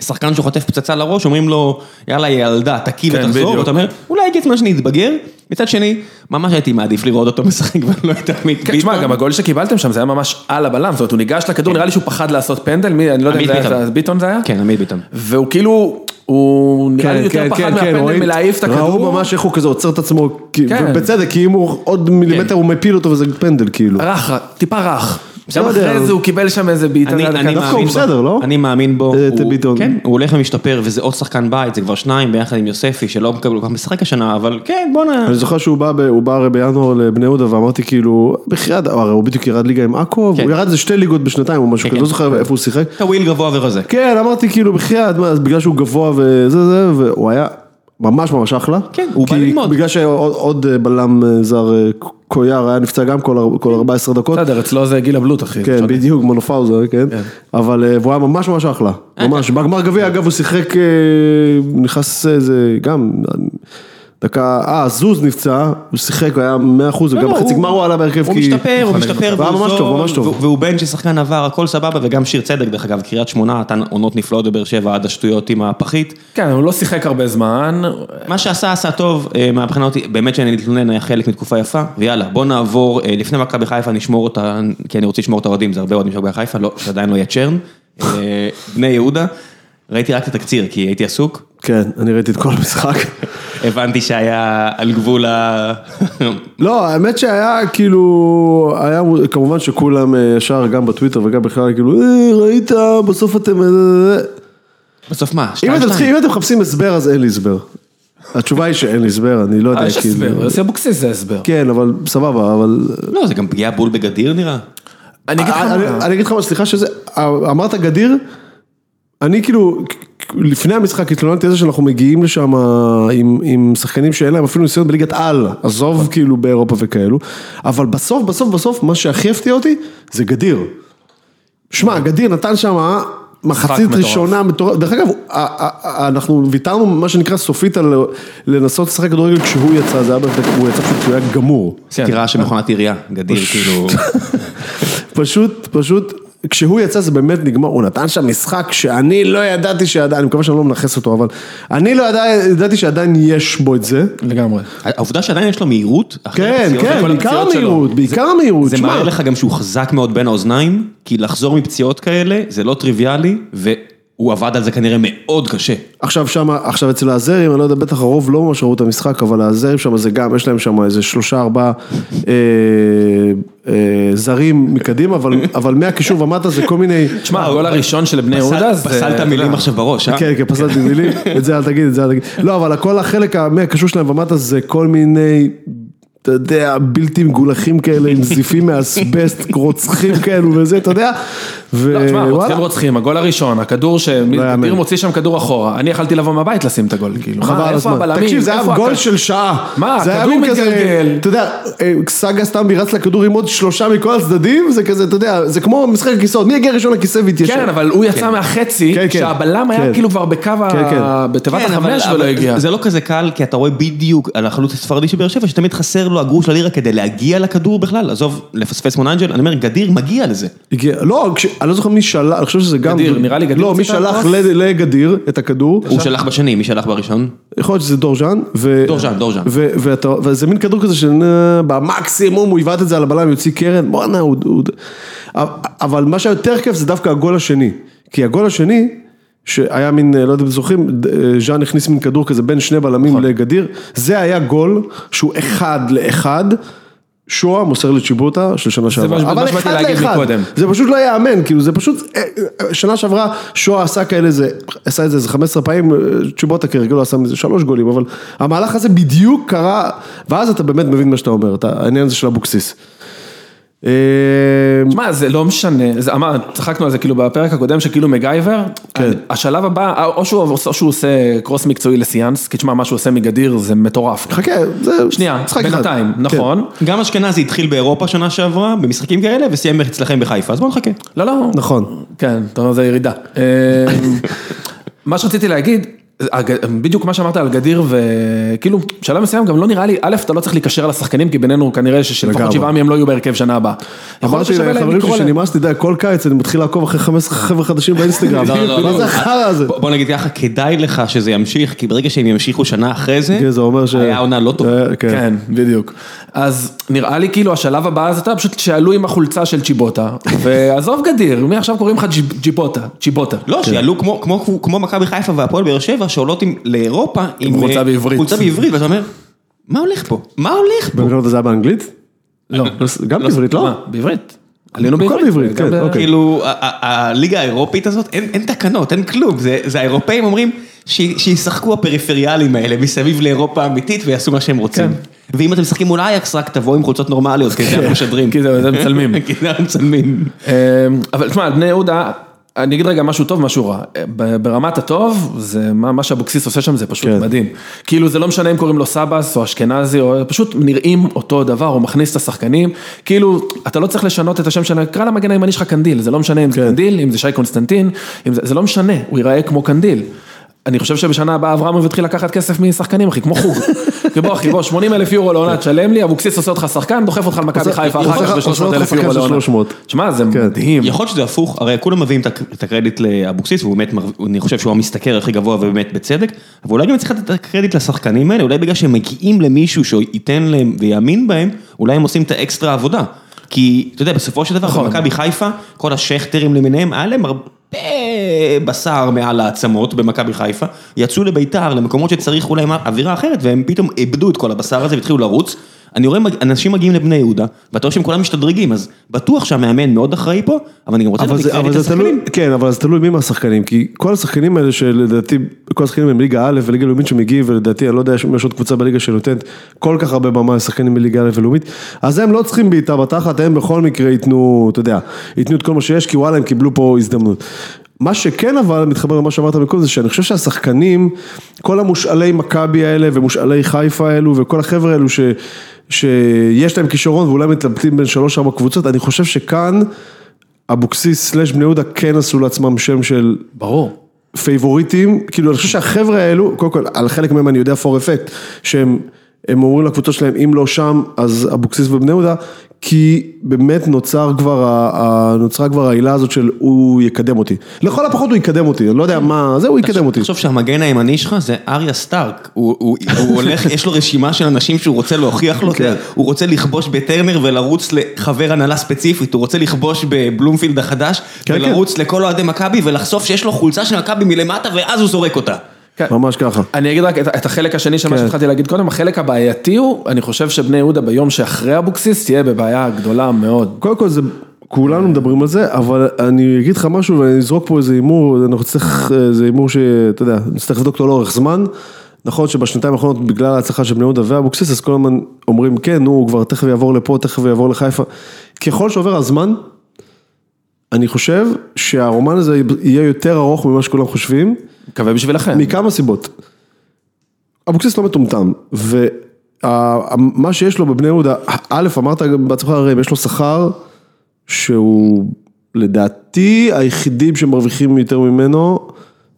ששחקן שחוטף פצצה לראש, אומרים לו, יאללה, יא ילדה, תקיא
כן,
ותחזור,
בדיוק.
ואתה אומר, אולי הגיע הזמן שאני אתבגר, מצד שני, ממש הייתי מעדיף לראות אותו משחק, אבל לא הייתה עמית ביטון.
כן, תשמע, גם הגול שקיבלתם שם זה היה ממש על הבלם, זאת אומרת, הוא ניגש לכדור, נראה לי שהוא פחד לעשות פנדל, מי, אני לא יודע אם
כן. עמית
זה
ביטון.
היה, זה- ביטון זה היה?
כן, עמית ביטון.
והוא כאילו, הוא נראה לי
כן,
יותר פחד מהפנדל מלהעיף את
ראו
הכדור.
ממש איך הוא כזה עוצר את עצמו, כי-
כן.
ובצדק, כי אם הוא עוד מילימטר הוא מפיל אותו וזה פנדל, כאילו.
רך, טיפה רך.
לא
גם
יודע,
אחרי
אבל-
זה הוא קיבל שם איזה בעיטה.
אני,
ליד
אני
הקו.
דווקא הוא
מאמין
בסדר,
בו,
לא?
אני מאמין בו,
אה,
הוא,
ביטון.
כן, הוא הולך ומשתפר וזה עוד שחקן בית, זה כבר שניים ביחד עם יוספי שלא מקבל כל כך משחק השנה, אבל כן בואנה,
אני זוכר שהוא בא, ב, הוא בא הרי בינואר לבני יהודה ואמרתי כאילו, בחייאת, הרי הוא בדיוק ירד ליגה עם עכו,
כן.
הוא ירד איזה שתי ליגות בשנתיים או
כן,
משהו כזה, לא
כן.
זוכר איפה הוא שיחק.
אתה וויל גבוה ורזה.
כן, אמרתי כאילו, בחייאת, מה, אז בגלל שהוא גבוה וזה זה, והוא היה ממש ממש אחלה.
כן, הוא בא
כי
ללמוד.
בגלל שעוד עוד, אה, בלם אה, זר אה, ק- קויאר היה נפצע גם כל אר- כל 14
כן,
דקות.
בסדר, אצלו זה גיל הבלוט, אחי.
כן, בדיוק, מונופאוזר, כן. אבל אה, והוא היה ממש ממש אחלה.
אה,
ממש. בגמר גביע, אגב, הוא שיחק, אה, נכנס איזה, גם, דקה, אה, זוז נפצע, הוא שיחק, הוא היה 100%, וגם
לא,
בחצי
הוא-
גמר הוא עלה בהרכב,
הוא
כי-
משתפר, הוא משתפר,
והוא היה ממש טוב, ממש טוב.
והוא- והוא בן ששחקן עבר, הכל סבבה, וגם שיר צדק, דרך אגב, קריית שמונה, נתן עונות נפלאות בבאר שבע עד השטויות עם הפחית.
כן, הוא לא שיחק הרבה זמן.
מה שעשה, עשה טוב, אה, מהבחינה אותי, באמת שאני מתלונן, היה חלק מתקופה יפה, ויאללה, בוא נעבור, אה, לפני מכבי חיפה נשמור אותה, כי אני רוצה לשמור את האוהדים, זה הרבה אוהדים של מכבי חיפה, לא, שעדיין לא יהיה צ'רן. אה, בני יהודה, ראיתי רק את התקציר, כי הייתי עסוק,
כן, אני ראיתי את כל המשחק.
הבנתי שהיה על גבול ה...
לא, האמת שהיה כאילו, היה כמובן שכולם אה, ישר, גם בטוויטר וגם בכלל, כאילו, "אה, ראית, בסוף אתם... אה, אה, אה."
בסוף מה?
אם
שתיים,
אתם
שתיים?
צריכים- אם אתם מחפשים הסבר, אז אין לי הסבר. התשובה היא שאין לי הסבר, אני לא
אה,
יודע,
יש
כאילו.
הסבר, יוסי אבוקסיס זה הסבר.
כן, אבל סבבה, אבל...
לא, זה גם פגיעה בול בגדיר נראה.
כן.
אני אגיד לך
אני-
מה.
אה, אני אגיד לך מה, סליחה שזה, אמרת גדיר, אני כאילו, לפני המשחק התלוננתי על זה שאנחנו מגיעים לשם עם, עם שחקנים שאין להם אפילו ניסיון בליגת על, עזוב כאילו באירופה וכאלו, אבל בסוף, בסוף, בסוף, מה שהכי הפתיע אותי זה גדיר. שמע, גדיר נתן שם מחצית
מטורף.
ראשונה מטורף, דרך אגב, ה- ה- ה- אנחנו ויתרנו מה שנקרא סופית על לנסות לשחק כדורגל כשהוא יצא, זה היה, באמת- הוא יצא פשוט, הוא היה גמור.
כן.
סתירה של מכונת עירייה, גדיר כאילו...
פשוט, פשוט, כשהוא יצא זה באמת נגמר, הוא נתן שם משחק שאני לא ידעתי שעדיין, אני מקווה שאני לא מנכס אותו, אבל אני לא ידע, ידעתי שעדיין יש בו את זה.
לגמרי.
העובדה שעדיין יש לו מהירות, אחרי
כן,
הפציעות,
כן,
כל
בעיקר
הפציעות שלו,
המהירות, בעיקר המהירות,
זה
שמע.
מראה לך גם שהוא חזק מאוד בין האוזניים, כי לחזור מפציעות כאלה זה לא טריוויאלי, והוא עבד על זה כנראה מאוד קשה.
עכשיו שם, עכשיו אצל הזרים, אני לא יודע, בטח הרוב לא ממש ראו את המשחק, אבל הזרים שם זה גם, יש להם שם איזה שלושה ארבעה אה, אה, זרים מקדימה, אבל, אבל מהקישור ומטה זה כל מיני...
תשמע, הגול הראשון של בני
אה, כן. פסל-
יהודה זה...
פסלת מילים עכשיו בראש, אה?
כן, כן, פסלתי מילים, את זה אל תגיד, את זה אל תגיד. לא, אבל כל החלק מהקשור שלהם ומטה זה כל מיני, אתה יודע, בלתי מגולחים כאלה, עם זיפים מאסבסט, רוצחים כאלו וזה, אתה יודע,
לא, תשמע, רוצחים
ווואלה.
רוצחים, הגול הראשון, הכדור ש...
יאמן.
גדיר מוציא שם כדור אחורה, אני יכלתי לבוא מהבית לשים את הגול, כאילו. מה,
חבל
איפה
הזמן.
הבלמים?
תקשיב, זה היה
איפה
גול
הכ-
של שעה.
מה,
זה היה
הכדור
מין כזה,
מתגלגל.
אתה יודע, אה, סאגה סטמבי רץ לכדור עם עוד שלושה מכל הצדדים, זה כזה, אתה יודע, זה כמו משחק הכיסאות, מי יגיע ראשון לכיסא ויתיישב?
כן, אבל הוא יצא מהחצי,
כן, כן.
שהבלם
כן.
היה כאילו כבר בקו
כן, כן.
ה... בתיבת
כן, אבל-
החמש
אבל
ולא הגיע.
זה לא כזה קל, כי אתה רואה בדיוק על החלוץ הספרדי של באר שבע, שתמיד חסר לו הגרוש ללירה כדי להגיע לכדור בכלל, עזוב, לפספס מוננג'ל, אני אומר, גדיר מגיע לזה.
הגיע, לא, כש, אני לא זוכר מי שלח, אני חושב שזה גם,
גדיר, נראה לי גדיר
לא, מי
ציפה
שלח
פרוס.
ל- לגדיר את הכדור,
הוא שלח בשני, מי שלח בראשון?
יכול להיות שזה דורז'אן, ו...
דורז'אן, דורז'אן.
ו... ואתה... וזה מין כדור כזה שבמקסימום הוא יבעט את זה על הבלם, יוציא קרן, בואנה, הוא... הוא... אבל מה שיותר כיף זה דווקא הגול השני, כי הגול השני, שהיה מין, לא יודע אם אתם זוכרים, ד- ז'אן הכניס מין כדור כזה בין שני בלמים לגדיר, זה היה גול שהוא אחד לאחד. שואה מוסר לצ'יבוטה של שנה שעברה,
מה- מה
אבל
שבאתי
אחד
להגיד
לאחד,
מקודם.
זה פשוט לא ייאמן, כאילו זה פשוט, אה, אה, שנה שעברה שואה עשה כאלה, זה, עשה את זה איזה 15 פעמים, אה, צ'יבוטה כרגלו עשה מזה שלוש גולים, אבל המהלך הזה בדיוק קרה, ואז אתה באמת מבין מה שאתה אומר, אתה, העניין הזה של אבוקסיס. אה,
תשמע, זה לא משנה, זה אמר, צחקנו על זה כאילו בפרק הקודם שכאילו מגייבר,
כן.
השלב הבא, אה, או שהוא, או שהוא עושה קרוס מקצועי לסיאנס, כי תשמע, מה שהוא עושה מגדיר זה מטורף.
חכה, זה
שנייה,
משחק אחד.
בינתיים,
כן.
נכון.
גם אשכנזי התחיל באירופה שנה שעברה, במשחקים כאלה, וסיים אצלכם בחיפה, אז בואו נחכה.
לא, לא.
נכון.
כן, אתה אומר זה ירידה. אמ, *laughs* מה שרציתי להגיד, הג- בדיוק מה שאמרת על גדיר, וכאילו, בשלב מסוים גם לא נראה לי, א', אתה לא צריך להיקשר לשחקנים, כי בינינו כנראה שלפחות
לגמרי.
שבעה מהם לא יהיו בהרכב שנה הבאה. יכול להיות
אמרתי
ששווה להם
לחברים
לקרוא
שלי
להם.
שנמאס לי, די, כל קיץ אני מתחיל לעקוב אחרי 15 חבר'ה חדשים באינסטגרם.
לא, לא, לא.
מה זה החרא הזה?
בוא- בוא נגיד ככה, כדאי לך שזה ימשיך, כי ברגע שהם ימשיכו שנה אחרי
כן,
זה,
זה אומר ש...
היה עונה לא טובה.
אה, כן.
כן, בדיוק. אז נראה לי כאילו השלב הבא אז אתה פשוט שעלו עם החולצה של צ'יבוטה, ועזוב גדיר, מעכשיו קוראים לך ג'יב- ג'יבוטה, צ'יבוטה.
כן.
לא, שיעלו כמו, כמו, כמו מכבי חיפה והפועל באר שבע, שעולות עם, לאירופה עם
חולצה
אה,
בעברית.
חולצה בעברית, ואתה אומר, מה הולך פה? מה הולך פה?
במקום הזה היה באנגלית?
לא.
גם בעברית, לא?
מה, בעברית. עלינו
הכל
בעברית.
בעברית,
גם
כן,
ב-
אוקיי.
כאילו, ה- ה- הליגה האירופית הזאת, אין אין תקנות, אין כלום, זה זה האירופאים אומרים ש- שישחקו הפריפריאליים האלה מסביב לאירופה האמיתית ויעשו מה שהם רוצים.
כן.
ואם אתם משחקים מול אייקס, רק תבואו עם חולצות נורמליות, כי זה אנחנו משדרים.
כי זה- זה *laughs* מצלמים.
*laughs* כי זה אנחנו מצלמים.
אמ, אבל תשמע, על בני יהודה, אני אגיד רגע משהו טוב, משהו רע. אה, ב- ברמת הטוב, זה מה, מה שאבוקסיס עושה שם זה פשוט
כן.
מדהים. כאילו זה לא משנה אם קוראים לו סבס או אשכנזי, או פשוט נראים אותו דבר, הוא מכניס את השחקנים. כאילו, אתה לא צריך לשנות את השם שלהם, קרא למגן הימני שלך קנדיל, זה לא משנה אם זה
כן.
קנדיל, אם זה שי קונסטנטין, אם זה, זה לא משנה, הוא ייראה כמו קנדיל. אני חושב שבשנה הבאה אברמוב יתחיל לקחת כסף משחקנים, אחי, כמו חוג. *laughs* כי בוא, אחי, בוא, 80 אלף יורו לעונה, תשלם לי, אבוקסיס עושה אותך שחקן, דוחף אותך למכבי
עושה-
חיפה
עושה
אחר
לך-
כך
עושה
ב-300
אותך
אלף יורו
שחקן של
לעונה.
300.
שמע, זה
כן.
מדהים.
יכול להיות שזה הפוך, הרי כולם מביאים את הק- את הקרדיט לאבוקסיס, והוא באמת, מרוויח- אני חושב שהוא המשתכר הכי גבוה ובאמת בצדק, אבל אולי גם צריך לתת את הקרדיט לשחקנים האלה, אולי בגלל שהם מגיעים למישהו שייתן להם ויאמין בהם, אולי הם עושים את האקסטרה עבודה. כי, אתה יודע, בסופו של דבר, במכבי חיפה, כל השכטרים למיניהם, היה להם הרבה בשר מעל העצמות במכבי חיפה, יצאו לביתר, למקומות שצריך אולי אווירה אחרת, והם פתאום איבדו את כל הבשר הזה והתחילו לרוץ. אני רואה מג- אנשים מגיעים לבני יהודה, ואתה רואה שהם כולם משתדרגים, אז בטוח שהמאמן מאוד אחראי פה, אבל אני גם רוצה
אבל
לתת
זה,
קרדיט
אבל זה תלוי,
לשחקנים.
כן, אבל זה תלוי מי מהשחקנים, כי כל השחקנים האלה שלדעתי, כל השחקנים הם ליגה א' וליגה לאומית שמגיעים, ולדעתי, אני לא יודע אם יש עוד קבוצה בליגה שנותנת כל כך הרבה במה לשחקנים מליגה א' ולאומית, אז הם לא צריכים בעיטה בתחת, הם בכל מקרה ייתנו, אתה יודע, ייתנו את כל מה שיש, כי וואלה, הם קיבלו פה הזדמנות. מה שכן אבל, מתחבר למה שאמרת מקודם, זה שאני חושב שהשחקנים, כל המושאלי מכבי האלה ומושאלי חיפה האלו וכל החבר'ה האלו ש, שיש להם כישרון ואולי מתלבטים בין שלוש-ארבע קבוצות, אני חושב שכאן אבוקסיס סלאש בני יהודה כן עשו לעצמם שם של
ברור.
פייבוריטים, כאילו אני חושב שהחבר'ה האלו, קודם כל על חלק מהם אני יודע for effect, שהם הם אומרים לקבוצות שלהם אם לא שם אז אבוקסיס ובני יהודה, כי באמת נוצר כבר, ה- ה- נוצרה כבר העילה הזאת של הוא יקדם אותי, לכל הפחות הוא יקדם אותי, אני לא יודע מה, זה הוא יקדם אותי.
תחשוב שהמגן הימני שלך זה אריה סטארק, הוא הוא- הוא הולך, יש לו רשימה של אנשים שהוא רוצה להוכיח לו,
כן.
הוא רוצה לכבוש בטרנר ולרוץ לחבר הנהלה ספציפית, הוא רוצה לכבוש בבלומפילד החדש,
כן.
ולרוץ לכל אוהדי מכבי ולחשוף שיש לו חולצה של מכבי מלמטה ואז הוא זורק אותה.
כן.
ממש ככה.
אני אגיד רק את, את החלק השני של מה
כן.
שהתחלתי להגיד קודם, החלק הבעייתי הוא, אני חושב שבני יהודה ביום שאחרי אבוקסיס תהיה בבעיה גדולה מאוד.
קודם כל זה, כולנו מדברים על זה, אבל אני אגיד לך משהו ואני אזרוק פה איזה הימור, אנחנו נצטרך, זה הימור שאתה יודע, נצטרך לבדוק אותו לאורך זמן. נכון שבשנתיים האחרונות בגלל ההצלחה של בני יהודה ואבוקסיס, אז כל הזמן אומרים כן, נו, הוא כבר תכף יעבור לפה, תכף יעבור לחיפה. ככל שעובר הזמן, אני חושב שהרומן הזה יהיה יותר ארוך ממה שכולם חושבים.
מקווה בשבילכם.
מכמה סיבות. אבוקסיס לא מטומטם, ומה שיש לו בבני יהודה, א', אמרת גם בעצמך, הרי יש לו שכר שהוא לדעתי היחידים שמרוויחים יותר ממנו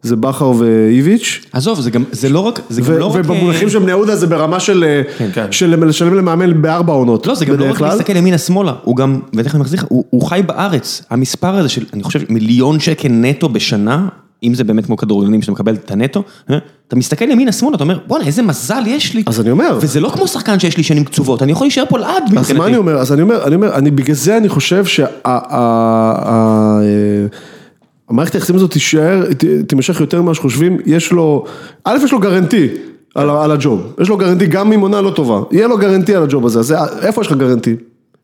זה בכר ואיביץ'.
עזוב, זה גם, זה לא רק, זה גם
ו-
לא רק...
ובמונחים של בני יהודה זה ברמה של
כן.
של לשלם למאמן בארבע עונות.
לא, זה גם לא
בדרך
רק
כלל.
להסתכל ימינה שמאלה, הוא גם, ותכף אני מחזיר לך, הוא, הוא חי בארץ. המספר הזה של, אני חושב, מיליון שקל נטו בשנה, אם זה באמת כמו כדורגלנים שאתה מקבל את הנטו, אה? אתה מסתכל ימינה שמאלה, אתה אומר, בואנה, איזה מזל יש לי.
אז אני אומר.
וזה לא כמו שחקן שיש לי שנים קצובות, אני יכול להישאר פה לעד
אז מה אני אומר, אז אני אומר, אני אומר, אני בגלל זה אני חושב שה... ה- ה- ה- אה, המערכת היחסים הזאת תישאר, ת- תימשך יותר ממה שחושבים, יש לו, א' יש לו גרנטי על, ה- על הג'וב, יש לו גרנטי גם אם עונה לא טובה, יהיה לו גרנטי על הג'וב הזה, אז זה- איפה יש לך גרנטי?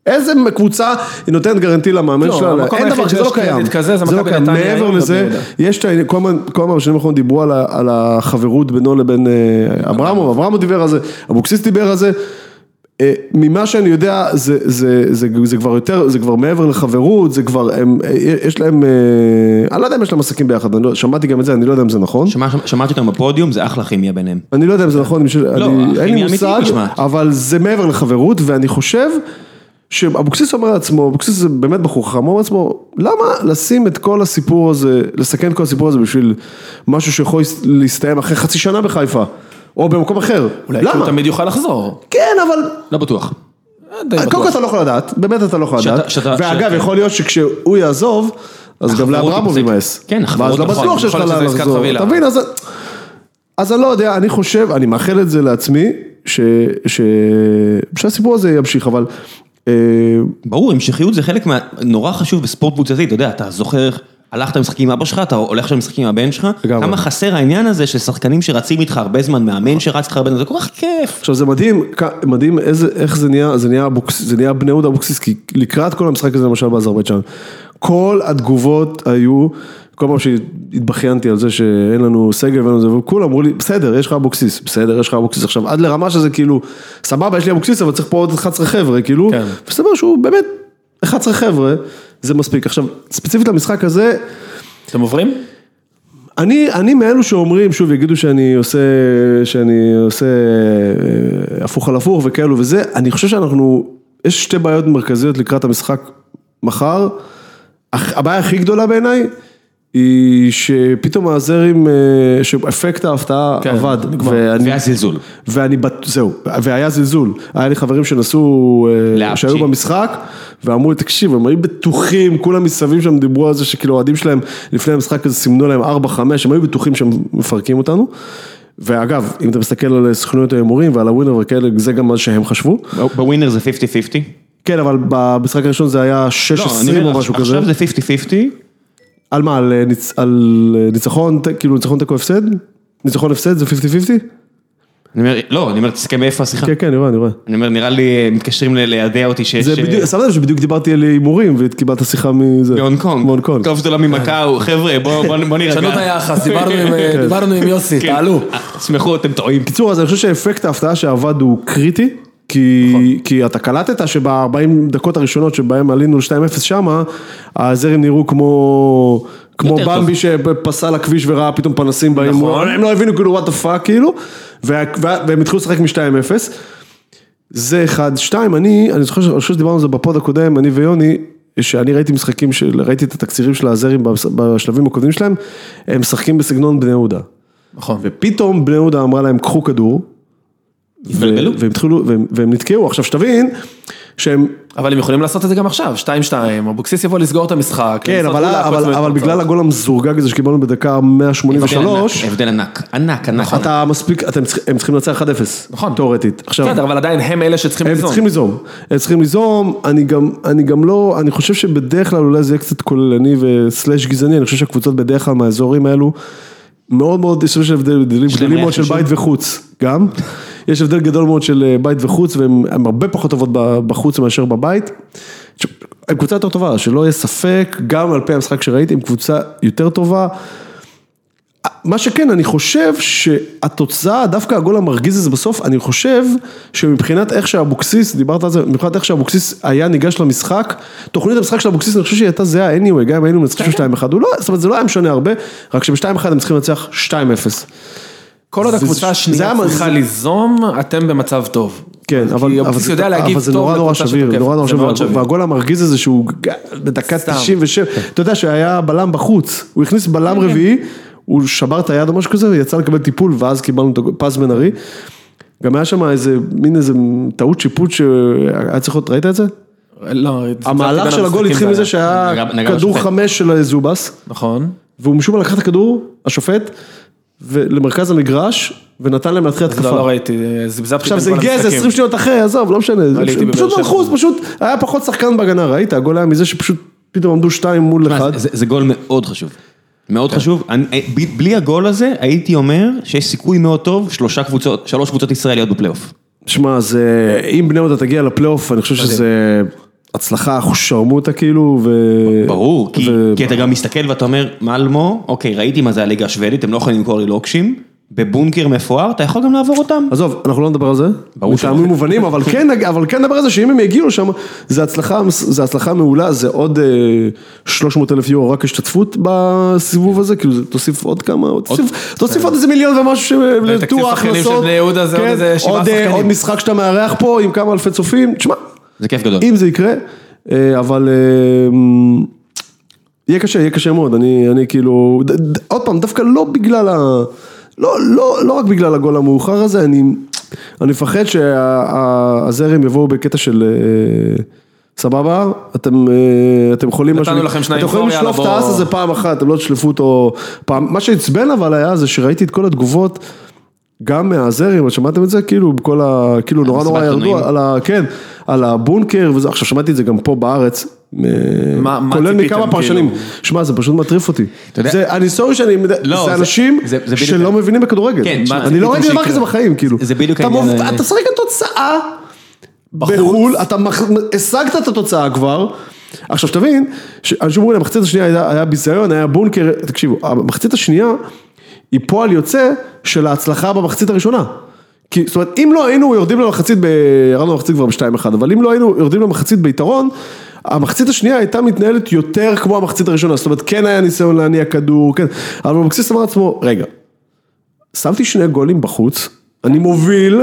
איזה קבוצה היא נותנת גרנטי למאמן
לא,
שלה?
המקום
אין
היחיד
דבר כזה, זה לא
שיש
קיים.
קרדיט כזה זה
לא
מכבי
קיים.
נתניה
מעבר
היום ובני
לזה,
יהודה.
יש את העניין, כל הזמן, כל הזמן בשנים האחרונות דיברו על, ה- על החברות בינו לבין אה, אברמוב, אברמוב דיבר על זה, אבוקסיס דיבר על זה. אה, ממה שאני יודע, זה, זה, זה, זה, זה כבר יותר, זה כבר מעבר לחברות, זה כבר, הם, אה, יש להם, אה, אני לא יודע אם יש להם עסקים ביחד, אני לא, שמעתי גם את זה, אני לא יודע אם זה נכון.
שמע, שמעתי אותם בפודיום, זה אחלה כימיה ביניהם.
אני לא יודע אם זה נכון, אני,
לא,
אני,
הכימיה
אין לי
אמיתית
מושג,
נשמעת.
אבל זה מעבר לחברות, ואני חושב שאבוקסיס אומר לעצמו, אבוקסיס זה באמת בחור חכם, הוא אומר לעצמו, למה לשים את כל הסיפור הזה, לסכן את כל הסיפור הזה בשביל משהו שיכול להסתיים אחרי חצי שנה בחיפה, או במקום אחר,
אולי כי
למה?
הוא תמיד יוכל לחזור.
כן, אבל
לא בטוח.
די
קודם
בטוח.
כל אתה לא יכול לדעת, באמת אתה לא יכול
שאתה-
לדעת,
שאתה-
ואגב
שאתה-
יכול להיות שכשהוא יעזוב, אז גם
החברות
לאברמוב
תיפסק.
יימאס,
כן, החברות,
ואז לא
נכון,
בטוח שיש לך
יכול להיות
לאן
שזה עסקת
לחזור,
חבילה.
אתה מבין, אז אז אני לא יודע, אני חושב, אני מאחל את זה לעצמי, ש- ש- שהסיפור הזה ימשיך, אבל אה,
ברור, המשכיות זה חלק מה... נורא חשוב בספורט קבוצתי, אתה יודע, אתה זוכר, הלכת משחק עם אבא שלך, אתה הולך עכשיו משחק עם הבן שלך,
לגמרי.
כמה חסר העניין הזה של שחקנים שרצים איתך הרבה זמן, מאמן שרץ איתך הרבה זמן, זה כל כך כיף.
עכשיו זה מדהים, כ- מדהים איזה, איך זה נהיה, זה נהיה, אבוקס, זה נהיה בני יהודה אבוקסיס, כי לקראת כל המשחק הזה למשל באזרבייג'אן, כל התגובות היו, כל פעם שהתבכיינתי על זה שאין לנו סגל ואין לנו זה, וכולם אמרו לי, בסדר, יש לך אבוקסיס, בסדר, יש לך אבוקסיס עכשיו, עד לרמה שזה כאילו, סבבה, יש לי אבוקסיס, אבל צריך פה עוד 11 חבר'ה, כאילו,
כן.
מסתבר שהוא באמת 11 חבר'ה, זה מספיק. עכשיו, ספציפית למשחק הזה,
אתם עוברים?
אני, אני מאלו שאומרים, שוב יגידו שאני עושה, שאני עושה אה, הפוך על הפוך וכאלו וזה, אני חושב שאנחנו, יש שתי בעיות מרכזיות לקראת המשחק מחר. אך- הבעיה הכי גדולה בעיניי, היא שפתאום הזרים, אה, שאפקט ההפתעה
כן,
עבד.
נגמר.
ואני,
והיה זלזול.
ואני, בט- זהו, והיה זלזול. היה לי חברים שנסעו, אה,
לאפצ'י.
שהיו במשחק, ואמרו, תקשיב, הם היו בטוחים, כולם מסביב שם דיברו על זה שכאילו אוהדים שלהם, לפני המשחק הזה סימנו להם 4-5, הם היו בטוחים שהם מפרקים אותנו. ואגב, אם אתה מסתכל על סוכנויות ההימורים ועל הווינר וכאלה, זה גם מה שהם חשבו.
ב- בווינר זה 50-50.
כן, אבל במשחק הראשון זה היה 6-20
לא, אני
או
אומר,
משהו כזה.
עכשיו זה 50-50.
על מה, על, אה, ניצ... על אה, ניצחון, ת- כאילו ניצחון תיקו הפסד? ניצחון הפסד זה 50-50?
כן. אני אומר, לא, אני אומר, תסתכל מאיפה השיחה.
כן, כן, אני רואה, אני רואה.
אני אומר, נראה לי אה, מתקשרים ל- לידע אותי שיש...
זה
אה,
בדיוק, שמת לב שבדיוק דיברתי על הימורים וקיבלת שיחה מזה.
מהונג קונג.
מהונג קונג. כן.
טוב שאתה לא ממקאו, חבר'ה, בוא- בוא בוא נירגע.
שנו את היחס, דיברנו
*laughs*
עם, אה, דיברנו עם יוסי,
כן.
תעלו.
אה, תשמחו, אתם טועים.
בקיצור, אז אני חושב שאפקט ההפתעה שעבד הוא קריטי, כי,
נכון.
כי אתה קלטת שב-40 דקות הראשונות שבהם עלינו 2-0 שמה, הזרים נראו כמו, כמו
יותר טוב.
במבי שפסע לכביש וראה פתאום פנסים באים,
נכון.
הם לא הבינו כאילו what the fuck כאילו, וה, וה, והם התחילו לשחק מ-2-0. זה אחד, שתיים, אני, אני זוכר ש- אני חושב שדיברנו על זה בפוד הקודם, אני ויוני, שאני ראיתי משחקים, של, ראיתי את התקצירים של הזרים בס- בשלבים הקודמים שלהם, הם משחקים בסגנון בני יהודה.
נכון.
ופתאום בני יהודה אמרה להם, קחו כדור,
התבלבלו.
ו- והם התחילו, והם, והם נתקעו. עכשיו שתבין, שהם,
אבל הם יכולים לעשות את זה גם עכשיו, 2-2, אבוקסיס יבוא לסגור את המשחק.
כן,
יצטרכו
אבל,
לעקוץ
אבל,
ואת
אבל
מוצאות.
בגלל הגול המזורגג הזה שקיבלנו בדקה 183,
הבדל ענק, ענק, ענק. ענק.
אתה מספיק, אתם צריכים- הם צריכים לנצח 1-0,
נכון.
תאורטית. עכשיו,
בסדר, אבל עדיין הם אלה שצריכים
הם צריכים ליזום, הם צריכים ליזום, אני גם, אני גם לא, אני חושב שבדרך כלל אולי זה יהיה קצת כוללני וסלאש גזעני, אני חושב שהקבוצות בדרך כלל מהאזורים האלו, מאוד מאוד, יש שם הבדלים גדולים
יש להם
גדולים מאוד של
ריח
בית וחוץ, גם, יש הבדל גדול מאוד של אה, בית וחוץ, והן הן הרבה פחות טובות ב- בחוץ מאשר בבית. ש- הם קבוצה יותר טובה, שלא יהיה ספק, גם על פי המשחק שראיתי, הם קבוצה יותר טובה. מה שכן, אני חושב שהתוצאה, דווקא הגול המרגיז הזה בסוף, אני חושב שמבחינת איך שאבוקסיס, דיברת על זה, מבחינת איך שאבוקסיס היה ניגש למשחק, תוכנית המשחק של אבוקסיס, אני חושב שהיא הייתה זהה anyway, גם אם היינו מנצחים 2-1, הוא לא, זאת אומרת, זה לא היה משנה הרבה, רק שב-2-1 הם צריכים לנצח 2-0.
כל עוד
זה-
הקבוצה
זה- זה
השנייה
היה-
צריכה
זה-
ליזום, אתם במצב טוב.
כן, אבל,
כי
אבל,
אבוקסיס יודע להגיב
אבל זה
טוב
נורא נורא
לקבוצה
שביר,
שתוקפת,
נורא נורא
זה מאוד
שביר,
שביר.
והגול המרגיז הזה שהוא ג- בדקה
סתם. כן.
97, אתה יודע שהיה בלם בחוץ, הוא הכניס בלם רביעי, הוא שבר את היד או משהו כזה, ויצא לקבל טיפול, ואז קיבלנו את הגול- פס בן ארי. גם היה שם איזה, מין איזה טעות שיפוט שהיה צריך להיות, ראית את זה?
לא,
המהלך של הגול התחיל מזה שהיה
נגע- נגע
כדור
בשופט.
חמש של זובס.
נכון.
והוא משום מה לקח את הכדור, השופט, למרכז המגרש, ונתן להם להתחיל
לא,
התקפה.
לא ראיתי, זיבזבתי
עכשיו
בין
זה
כל
הגיע איזה
המשחקים.
20 שניות אחרי, עזוב, לא משנה, זה
הייתי
פשוט-
בבאר
פשוט
שבע.
מלכות, פשוט היה פחות שחקן בהגנה, ראית, הגול היה מזה שפשוט פתאום עמדו שתיים מול אחד.
מה, זה- זה גול מאוד חשוב. מאוד חשוב. אני- אה, ב- בלי הגול הזה, הייתי אומר שיש סיכוי מאוד טוב, שלושה קבוצות, שלוש קבוצות ישראליות בפלייאוף.
שמע, זה, אם בני יהודה תגיע לפלייאוף, אני חושב שזה הצלחה, שרמוטה כאילו, ו...
ברור, כי,
ו-
כי אתה גם מסתכל ואתה אומר, מלמו, אוקיי, ראיתי מה זה הליגה השוודית, הם לא יכולים למכור לי לוקשים, בבונקר מפואר, אתה יכול גם לעבור אותם.
עזוב, אנחנו לא נדבר על זה,
ברור שלא.
מטעמים מובנים, אבל כן, אבל כן נדבר על זה שאם הם יגיעו לשם, זה הצלחה, זה הצלחה מעולה, זה עוד 300 אלף יורו רק השתתפות בסיבוב הזה, כאילו זה תוסיף עוד כמה, עוד- תוסיף- תוסיף עוד איזה מיליון ומשהו ש- לטור
שחקנים של
ההכנסות,
בני יהודה זה עוד
כן,
איזה שבעה
עוד, אה,
שחקנים.
עוד משחק שאתה מארח פה עם כמה אלפי צופים, תשמע,
זה כיף גדול.
אם זה יקרה, אה, אבל אה, יהיה קשה, יהיה קשה מאוד, אני, אני כאילו, ד, ד, עוד פעם, דווקא לא בגלל ה... לא, לא, לא רק בגלל הגול המאוחר הזה, אני, אני מפחד שהזרים יבואו בקטע של אה, סבבה, אתם, אה, אתם יכולים... מה
נתנו
שנקרא-
לכם שניים
אתם יכולים
פור, יאללה,
לשלוף את
בוא."
האס הזה פעם אחת, אתם לא תשלפו אותו פעם. מה שעצבן אבל היה זה שראיתי את כל התגובות. גם מהזרים, אז שמעתם את זה? כאילו, בכל ה... כאילו, נורא נורא
מסיבת
ירדו
עיתונאים.
על ה... כן, על הבונקר וזה. עכשיו, שמעתי את זה גם פה בארץ. אה,
מה- מה
כולל
ציפיתם,
מכמה פרשנים.
כאילו?
שמע, זה פשוט מטריף אותי.
אתה יודע-
זה- אני סורי שאני...
לא,
זה
זה-
אנשים
זה- זה בדיוק-
שלא מבינים בכדורגל.
כן, מה
אני לא
ציפיתם
ראיתי דבר
שיקרה?
כזה בחיים, כאילו.
זה בדיוק
אתה
העניין,
מופ-
אה,
אתה משחק על תוצאה בחו"ל, אתה מח- השגת את התוצאה כבר. עכשיו שתבין, שאנשים אומרים, המחצית השנייה היה, היה ביזיון, היה בונקר, תקשיבו, המחצית השנייה היא פועל יוצא של ההצלחה במחצית הראשונה. כי, זאת אומרת, אם לא היינו יורדים למחצית, ב... ירדנו למחצית כבר ב-2-1, אבל אם לא היינו יורדים למחצית ביתרון, המחצית השנייה הייתה מתנהלת יותר כמו המחצית הראשונה, זאת אומרת, כן היה ניסיון להניע כדור, כן, אבל אבוקסיס אמר לעצמו, רגע, שמתי שני גולים בחוץ, אני מוביל,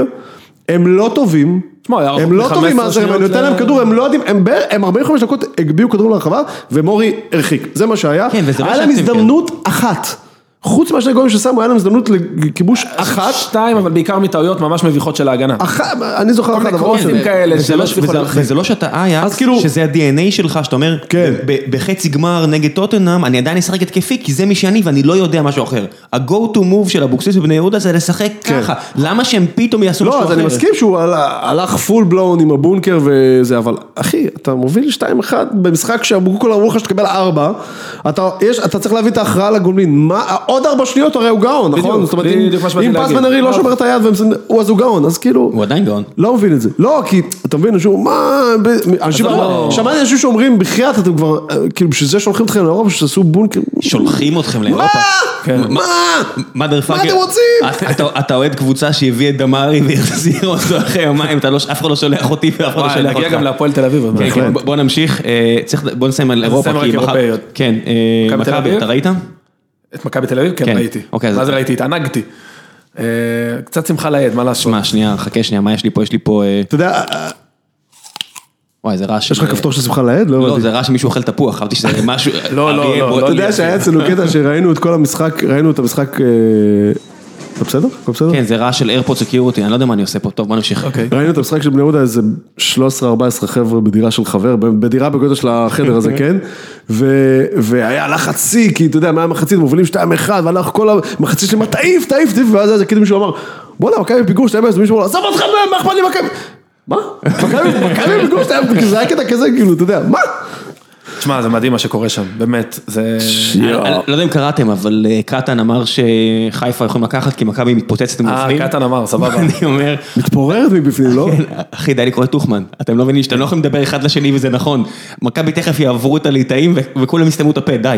הם לא טובים.
תשמע, היה רחוק
הם לא
מ-
טובים
15
אז אני
שניות
נותן להם
ל-
כדור, הם לא יודעים, הם בערך- הם 45 דקות הגביהו כדור לרחבה, ומורי הרחיק, זה מה שהיה.
כן, וזה לא
היה להם
שאתם-
הזדמנות אחת, חוץ מהשני גולים ששמו, היה להם הזדמנות לכיבוש אחת,
שתיים, אבל בעיקר מטעויות ממש מביכות של ההגנה.
אחת, אני זוכר אחת, אבל
קרוסים
אוקיי.
כאלה
וזה
שלא
לא-
הצליחו
וזה-
להרחיק.
וזה לא שאתה אייאקס,
כאילו-
שזה ה-DNA שלך, שאתה אומר,
כן.
ב- ב- בחצי גמר נגד טוטנאם, אני עדיין אשחק התקפי, כי זה מי שאני ואני לא יודע משהו אחר. ה-go to move של אבוקסיס ובני יהודה זה לשחק ככה. למה שהם פתאום יעשו משהו
כן. לא,
אחר?
אז אני מסכים שהוא הלך- הלך פול בלון עם הבונקר וזה, אבל אחי, אתה מוביל 2-1 במשחק שאבוקול אמרו לך שתקבל 4, אתה יש- אתה צריך להביא את ההכרעה לגומלין, מה, עוד 4 שניות הרי הוא גאון, נכון?
בדיוק,
זאת אומרת, אם-
בדיוק מה שבאתי
אם פס
להגיד.
בן ארי לא
לא.
שומר את היד, והם- הוא אז הוא גאון, אז כאילו...
הוא עדיין גאון.
לא מבין את זה. לא, כי אתה מבין, שהוא, מה, ב- אנשים,
לא.
שמעתי אנשים שאומרים, בחייאת, אתם כבר, אה, כאילו, בשביל זה שולחים אתכם לאירופה, שתעשו בונקר.
שולחים אתכם
מה?
לאירופה.
כן.
מה?
מאדר פאקר.
אתם רוצים?
אתה- אתה- אתה אוהד קבוצה שהביא את דמרי והחזיר אותו אחרי יומיים, אתה לא- אף אחד לא שולח אותי ואף אחד לא
וואי,
שולח אותך.
להגיע גם להפועל תל אביב. אבל.
כן, כן, בוא- בוא נמשיך, אה, צריך, בוא נסיים על אירופה,
נסיים
כי
רק
מחר-
אירופאיות.
כן, אה,
מכבי תל
מכבי,
אביב?
אתה ראית?
את מכבי תל אביב?
כן.
כן, ראיתי.
אוקיי, אז-
מה זה ראיתי? התענגתי. אה, קצת שמחה לאיד, מה לעשות?
שמע, שנייה, חכה שנייה, מה יש לי פה? יש לי פה, אה,
אתה יודע, אה,
וואי, זה רעש.
אה,
יש לך כפתור של שמחה לעד? לא
לא,
הבנתי.
זה רעש שמישהו אוכל תפוח, חשבתי
*laughs*
שזה משהו... אה,
לא, לא,
אריה,
לא,
בוא-
לא
אה, אתה יודע שהיה אצלנו קטע שראינו את כל המשחק, ראינו את המשחק, אה, אתה בסדר? הכל בסדר?
כן, זה רעש של AirPod Security, אני לא יודע מה אני עושה פה, טוב, בוא נמשיך.
אוקיי.
ראינו את המשחק של בני יהודה, איזה 13-14 חבר'ה בדירה של חבר, ב- בדירה בגודל של החדר
*laughs*
הזה, כן? ו- והיה לחץ שיא, כי אתה יודע, מהמחצית מובילים 2-1, ואנחנו כל המחצית שלהם, תעיף, תעיף, תעיף, ואז איזה כאילו מישהו אמר, בואנה, מכבי בפיגור 2-0, מישהו אמר, עזוב אותך, מה אכפת לי מכבי? מה? מכבי- מכבי בפיגור 2-0, זה היה קטע כזה, כאילו, אתה יודע,
אה,
מה?
שמע, זה מדהים מה שקורה שם, באמת. זה...
אני-
אה,
אני לא יודע אם קראתם, אבל אה, קטן אמר שחיפה יכולים לקחת כי מכבי מתפוצצת
אה,
מבפנים. *laughs*
קטן אמר, סבבה.
אני אומר,
מתפוררת מבפנים,
*laughs*
לא?
אחי, די לקרוא את טוחמן. אתם לא מבינים שאתם לא יכולים לדבר אחד לשני וזה נכון. מכבי תכף יעברו את הליטאים ו- וכולם יסתמו את הפה, די.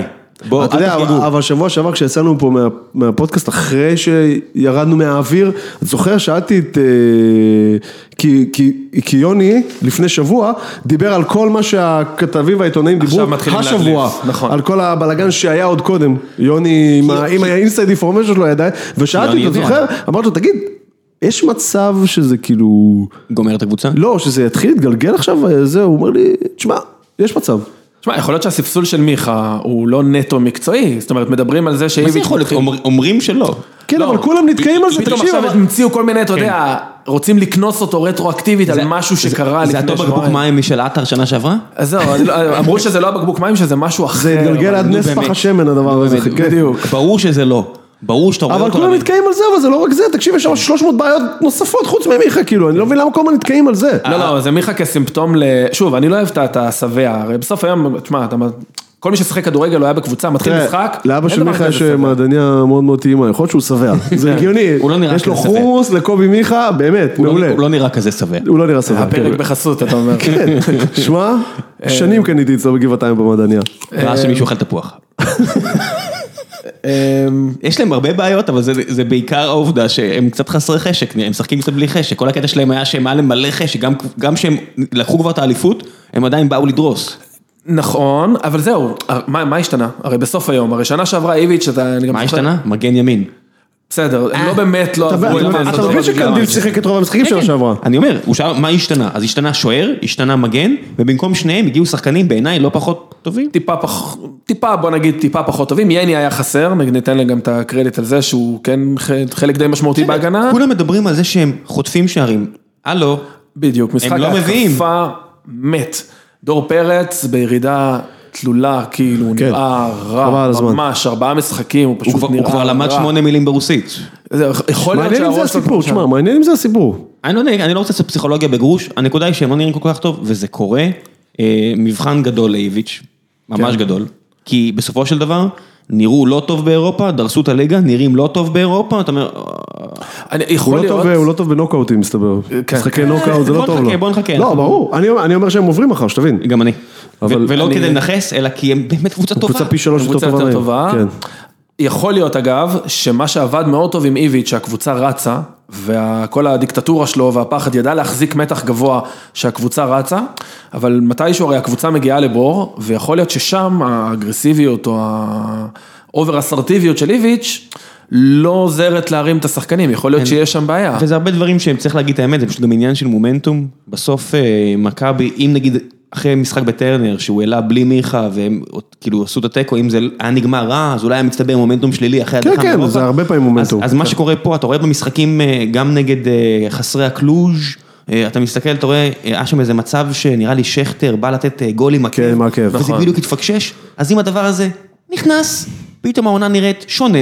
בואו, אל
אתה יודע,
תחגגו.
אבל- אבל שבוע שעבר כשיצאנו פה מה- מהפודקאסט, אחרי שירדנו מהאוויר, את זוכר שאלתי את... אה, כי- כי כי יוני, לפני שבוע, דיבר על כל מה שהכתבים והעיתונאים דיברו,
מתחילים
השבוע,
להדליף, נכון.
על כל הבלגן שהיה עוד קודם. יוני, עם ה- עם האינסייד אינפורמציה שלו לא ידע, ושאלתי
יוני
אותו,
יודע.
זוכר? אמרתי לו, תגיד, יש מצב שזה כאילו...
גומר את הקבוצה?
לא, שזה יתחיל להתגלגל עכשיו? אה, זה, הוא אומר לי, תשמע, יש מצב.
תשמע, יכול להיות שהספסול של מיכה הוא לא נטו מקצועי, זאת אומרת, מדברים על זה
מה זה
אוקיי,
שאיביץ'
יכול להיות? אומר- אומרים שלא.
כן,
לא.
אבל כולם נתקעים על זה,
פתאום
תקשיב.
עכשיו
אבל-
המציאו כל מיני, אתה יודע, רוצים לקנוס אותו רטרואקטיבית על
כן. זה-
משהו
אה,
שקרה
זה
לפני
אותו בקבוק מים משל עטר שנה שעברה?
אז זהו, אז לא- אמרו שזה לא הבקבוק מים, שזה משהו אחר.
זה התגלגל
כן, אבל-
עד
נו,
נס
באמת.
פח השמן הדבר הזה,
באמת,
כן.
בדיוק.
ברור שזה לא. ברור שאתה רואה
אבל
אותו.
כולם
אבל-
נתקעים על זה, אבל זה לא רק זה, תקשיב, יש שם 300 בעיות נוספות חוץ ממיכה, כאילו, אני לא מבין למה כל הזמן נתקעים על זה.
לא, לא, זה מיכה כסימפטום ל... שוב, אני לא אוהב את ה- את השבע, הרי בסוף היום, תשמע, אתה... כל מי ששיחק כדורגל לא היה בקבוצה, מתחיל
תראה,
משחק.
לאבא
אין
של
דבר
מיכה
כזה
יש
שבע.
מעדניה מאוד מאוד טעימה, יכול להיות שהוא שבע, זה הגיוני,
הוא לא נראה
יש לו
כזה שבע.
חומוס לקובי מיכה, באמת,
הוא לא-
מעולה,
הוא לא נראה כזה שבע.
הוא לא נראה שבע,
הפרק בחסות, אתה אומר.
כן. שמע, שנים קניתי אצלו בגבעתיים במעדניה,
נראה שמישהו אוכל תפוח.
אה,
אמ,
יש להם הרבה בעיות, אבל זה- זה בעיקר העובדה שהם קצת חסרי חשק, הם משחקים קצת בלי חשק. כל הקטע שלהם היה שהם היה להם מלא חשק, גם- גם שהם לקחו כבר את האליפות, הם עדיין באו לדרוס.
*laughs* נכון, אבל זהו, הר- מה מה השתנה? הרי בסוף היום, הרי שנה שעברה איביץ', אתה... אני גם
מה
זוכר-
השתנה? מגן ימין.
בסדר, הם לא באמת לא
אתה
עברו את
אתה-
זה.
אתה מבין שקנדיל שיחק את רוב המשחקים שנה שעברה.
אני אומר, הוא שאל מה השתנה, אז השתנה שוער, השתנה מגן, ובמקום שניהם הגיעו שחקנים בעיניי לא פחות טובים.
טיפה פח... טיפה, בוא נגיד, טיפה פחות טובים. יני היה חסר, נגיד ניתן לו גם את הקרדיט על זה שהוא כן ח- חלק די משמעותי בהגנה.
כולם מדברים על זה שהם חוטפים שערים. הלו,
בדיוק, משחק
לא מביאים.
ההתקפה מת. דור פרץ בירידה תלולה, כאילו, הוא
כן.
נראה
חבל על
רע,
הזמן.
ממש, ארבעה משחקים, הוא
הוא
פשוט
כבר-
נראה רע.
הוא כבר למד שמונה מילים ברוסית.
זה יכול להיות
מעניין אם זה
שהראש שלו
הסיפור,
שם.
תשמע, מעניין אם זה הסיפור.
אני לא יודע, אני לא רוצה לעשות פסיכולוגיה בגרוש, הנקודה היא שהם לא נראים כל כך טוב, וזה קורה. אה, מבחן גדול לאיביץ', ממש גדול. כי בסופו של דבר, נראו לא טוב באירופה, דרסו את הליגה, נראים לא טוב באירופה, אתה אומר, "אה,
אני, יכול
הוא לא
להיות,
טוב, הוא לא טוב בנוקאוטים מסתבר.
כן.
משחקי נוקאוט זה
בוא
לא טוב
נחכה,
לו.
בוא נחכה.
לא, ברור. אני אומר- אני אומר שהם עוברים מחר, שתבין.
גם אני.
אבל
ו- ולא
אני-
כדי לנכס, אלא כי הם באמת קבוצה טובה.
קבוצה פי שלוש יותר
קבוצה
טובה
יותר
מהם.
טובה.
כן.
יכול להיות אגב, שמה שעבד מאוד טוב עם איביץ', שהקבוצה רצה, וכל הדיקטטורה שלו והפחד ידע להחזיק מתח גבוה שהקבוצה רצה, אבל מתישהו הרי הקבוצה מגיעה לבור, ויכול להיות ששם האגרסיביות או האובר אסרטיביות של איביץ' לא עוזרת להרים את השחקנים, יכול
כן.
להיות שיש שם בעיה.
וזה הרבה דברים שהם צריך להגיד את האמת, זה פשוט גם עניין של מומנטום. בסוף אה, מכבי, אם נגיד אחרי משחק בטרנר, שהוא העלה בלי מיכה, והם עוד- כאילו עשו את התיקו, אם זה היה נגמר רע, אז אולי היה מצטבר מומנטום שלילי אחרי
כן,
הדחה
כן,
מאירופה.
זה הרבה פעמים מומנטום. כן.
אז, אז מה שקורה פה, אתה רואה במשחקים אה, גם נגד אה, חסרי הקלוז', אה, אתה מסתכל, אתה רואה, אה, היה שם איזה מצב שנראה לי שכטר בא לתת אה, גול עם עקב,
כן, עם עקב.
וזה
נכון.
בדיוק התפקשש, אז אם הדבר הזה נכנס, פתאום העונה נראית שונה,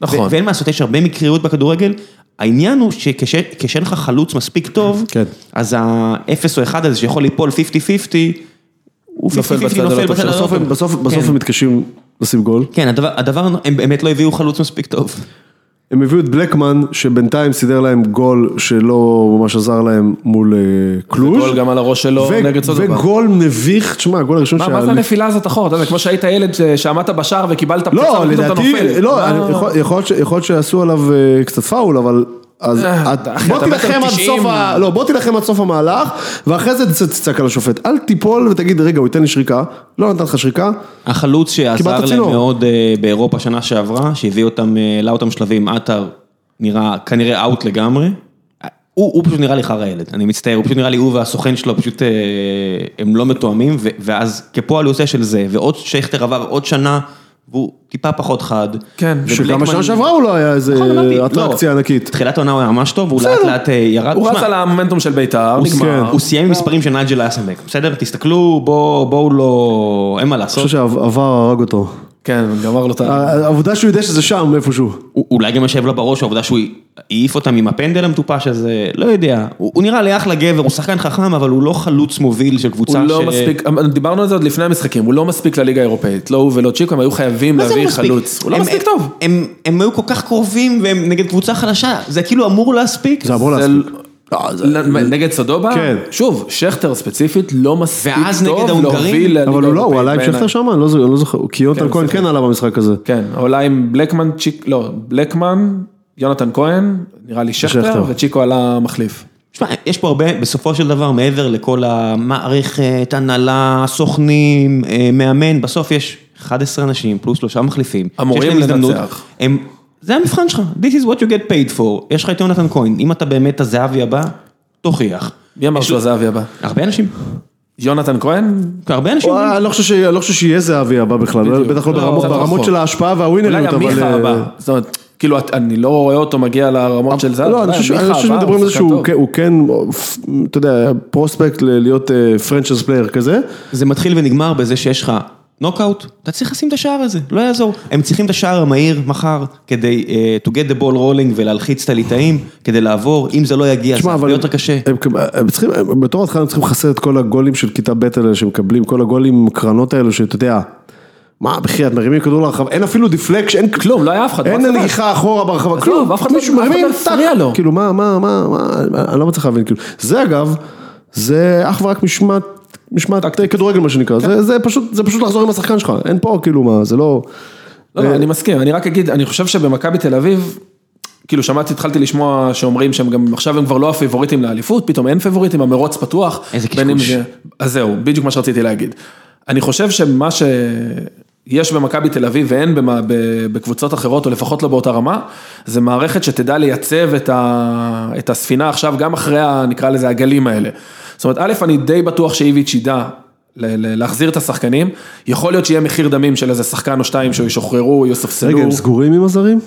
נכון.
ו- ואין מה לעשות, יש הרבה מקריות בכדורגל. העניין הוא שכשאין לך חלוץ מספיק טוב,
כן.
אז האפס או אחד הזה שיכול ליפול 50-50, הוא 50-50
נופל בצד
נופל
הלא טוב לא,
בצד
שלו.
הלא
בסוף
טוב.
הם- בסוף-
כן.
בסוף הם מתקשים לשים גול.
כן, הדבר, הדבר, הם באמת לא הביאו חלוץ מספיק טוב.
הם הביאו את בלקמן, שבינתיים סידר להם גול שלא ממש עזר להם מול אה, קלוז'.
גול גם על הראש שלו
ו-
נגד סודובה.
וגול מביך, תשמע, הגול הראשון
מה, מה זה הנפילה הזאת אחורה? אתה יודע, כמו שהיית ילד ש- שעמדת בשער וקיבלת פצצה
לא,
ופתאום אתה
לדעתי,
נופל.
לא,
מה-
אני- יכול- יכול להיות ש- יכול להיות שעשו עליו אה, קצת פאול, אבל... אז
אה,
את-
אחי,
בוא
אתה
תילחם
מטר
עד
תשעים.
סוף ה... לא, בוא תילחם עד סוף המהלך, ואחרי זה תצא- תצעק על השופט. אל תיפול ותגיד, רגע, הוא ייתן לי שריקה. לא נתן לך שריקה.
החלוץ שעזר
קיבלת
להם
צינור.
מאוד אה, באירופה שנה שעברה, שהביא אותם, אה, העלה אותם שלבים, עטר נראה כנראה אאוט לגמרי. אה, הוא, הוא פשוט נראה לי חרא ילד, אני מצטער, הוא פשוט נראה לי, הוא והסוכן שלו פשוט, אה, הם לא מתואמים, ו- ואז כפועל יוצא של זה, ועוד שכטר עבר עוד שנה, והוא טיפה פחות חד.
כן, אה,
שגם
ובלקמן-
בשנה שעברה הוא לא היה איזה
נכון, אמרתי,
אטרקציה
לא.
ענקית.
תחילת העונה הוא היה ממש טוב, והוא לאט לאט אה, ירד.
הוא
תשמע,
רץ על כן. המומנטום של בית"ר,
כן.
נגמר.
הוא סיים עם מספרים של נייג'ל אייסנבק, בסדר? תסתכלו, בואו בואו לא, אין מה
אני
לעשות.
חושב שהעבר הרג אותו.
כן, גמר לו את ה...
העובדה שהוא יודע שזה שם איפשהו.
הוא- אולי גם יושב לו בראש העובדה שהוא העיף אותם עם הפנדל המטופש הזה, לא יודע. הוא הוא נראה לי אחלה גבר, הוא שחקן חכם, אבל הוא לא חלוץ מוביל של
הוא
קבוצה
לא
ש-
מספיק, דיברנו על זה עוד לפני המשחקים, הוא לא מספיק לליגה האירופאית, לא הוא ולא צ'יקו, הם היו חייבים
מה זה לא
להביא
מספיק?
חלוץ, הוא לא
הם-
מספיק טוב.
הם- הם- הם היו כל כך קרובים והם נגד קבוצה חלשה, זה כאילו אמור להספיק.
זה אמור
זה
להספיק.
לא- נגד סודובה,
אה, כן.
שוב, שכטר ספציפית לא מספיק
ואז נגד
טוב
ההונגרים?
להוביל לליגה
אבל הוא לא, הוא
האירופאית
עלה עם
בעיניי.
שכטר שם? אני לא זו- אני לא זוכר. כי יונתן
כן,
כהן
סליחה.
כן עלה במשחק הזה.
כן, הוא עלה עם בלקמן, צ'יק, לא, בלקמן, יונתן כהן, נראה לי
שכטר.
שכטר, וצ'יקו עלה מחליף.
תשמע, יש פה הרבה, בסופו של דבר, מעבר לכל המערכת, הנהלה, סוכנים, אה, מאמן, בסוף יש 11 אנשים פלוס שלושה מחליפים.
אמורים
שיש להם הזדמנות.
לנצח.
הם, זה המבחן שלך, this is what you get paid for. יש לך את יונתן כהן, אם אתה באמת הזהבי הבא, תוכיח.
מי אמר
יש
שהוא
לו-
הזהבי הבא?
הרבה אנשים,
יונתן כהן?
הרבה אנשים.
וואי, אני לא חושב ש- אני לא חושב שיהיה זהבי הבא בכלל,
בדיוק.
בטח לא
לא,
ברמות-
קצת
ברמות
רחוק.
של ההשפעה
אולי
והווינריות,
גם
אבל...
מיכה
אה,
הבא. זאת אומרת, כאילו, את- אני לא רואה אותו מגיע לרמות של אה, זה.
לא, אני חושב ש- אני חושב שמדברים על זה שהוא כן- הוא כן, אתה יודע, פרוספקט ל- להיות פרנצ'ס פלייר כזה.
זה מתחיל ונגמר בזה שיש לך נוקאוט, אתה צריך לשים את השער הזה, לא יעזור. הם צריכים את השער המהיר מחר כדי uh, to get the ball rolling ולהלחיץ את הליטאים, כדי לעבור, אם זה לא יגיע, זה
תשמע,
הרבה
אבל
יותר קשה.
הם כ- הם צריכים, הם- בתור התחלה הם צריכים לחסל את כל הגולים של כיתה ב' האלה שמקבלים, כל הגולים, קרנות האלו שאתה יודע. מה, בחייאת, מרימים כדור לרחבה, אין אפילו דיפלקשן, אין
כלום, לא היה אף אחד,
אין
לא אף אחד.
נגיחה אחורה ברחבה,
עזוב,
כלום,
אף אחד לא-
מישהו
אף אחד
מרים,
לא
טאק.
הפריע לו.
כאילו מה, מה, מה, מה, אני לא מצליח להבין, כאילו, זה אגב, זה אך ורק משמעת, משמעת אה, כדורגל מה שנקרא,
כן.
זה- זה פשוט, זה פשוט לחזור עם השחקן שלך, אין פה כאילו מה, זה לא,
לא, לא, אני מסכים, אני רק אגיד, אני חושב שבמכבי תל אביב, כאילו שמעתי, התחלתי לשמוע שאומרים שהם גם, עכשיו הם כבר לא הפייבוריטים לאליפות, פתאום אין פייבוריטים, המרוץ פתוח.
איזה
בין אם
קשקוש.
זה- אז זהו, בדיוק מה שרציתי להגיד. אני חושב שמה ש... יש במכבי תל אביב ואין במה- ב- בקבוצות אחרות, או לפחות לא באותה רמה, זה מערכת שתדע לייצב את, ה, את הספינה עכשיו, גם אחרי, ה, נקרא לזה, הגלים האלה. זאת אומרת, א', אני די בטוח שאיביץ' ידע ל- ל- להחזיר את השחקנים, יכול להיות שיהיה מחיר דמים של איזה שחקן או שתיים שישוחררו, יספסלו.
רגע, הם סגורים עם הזרים?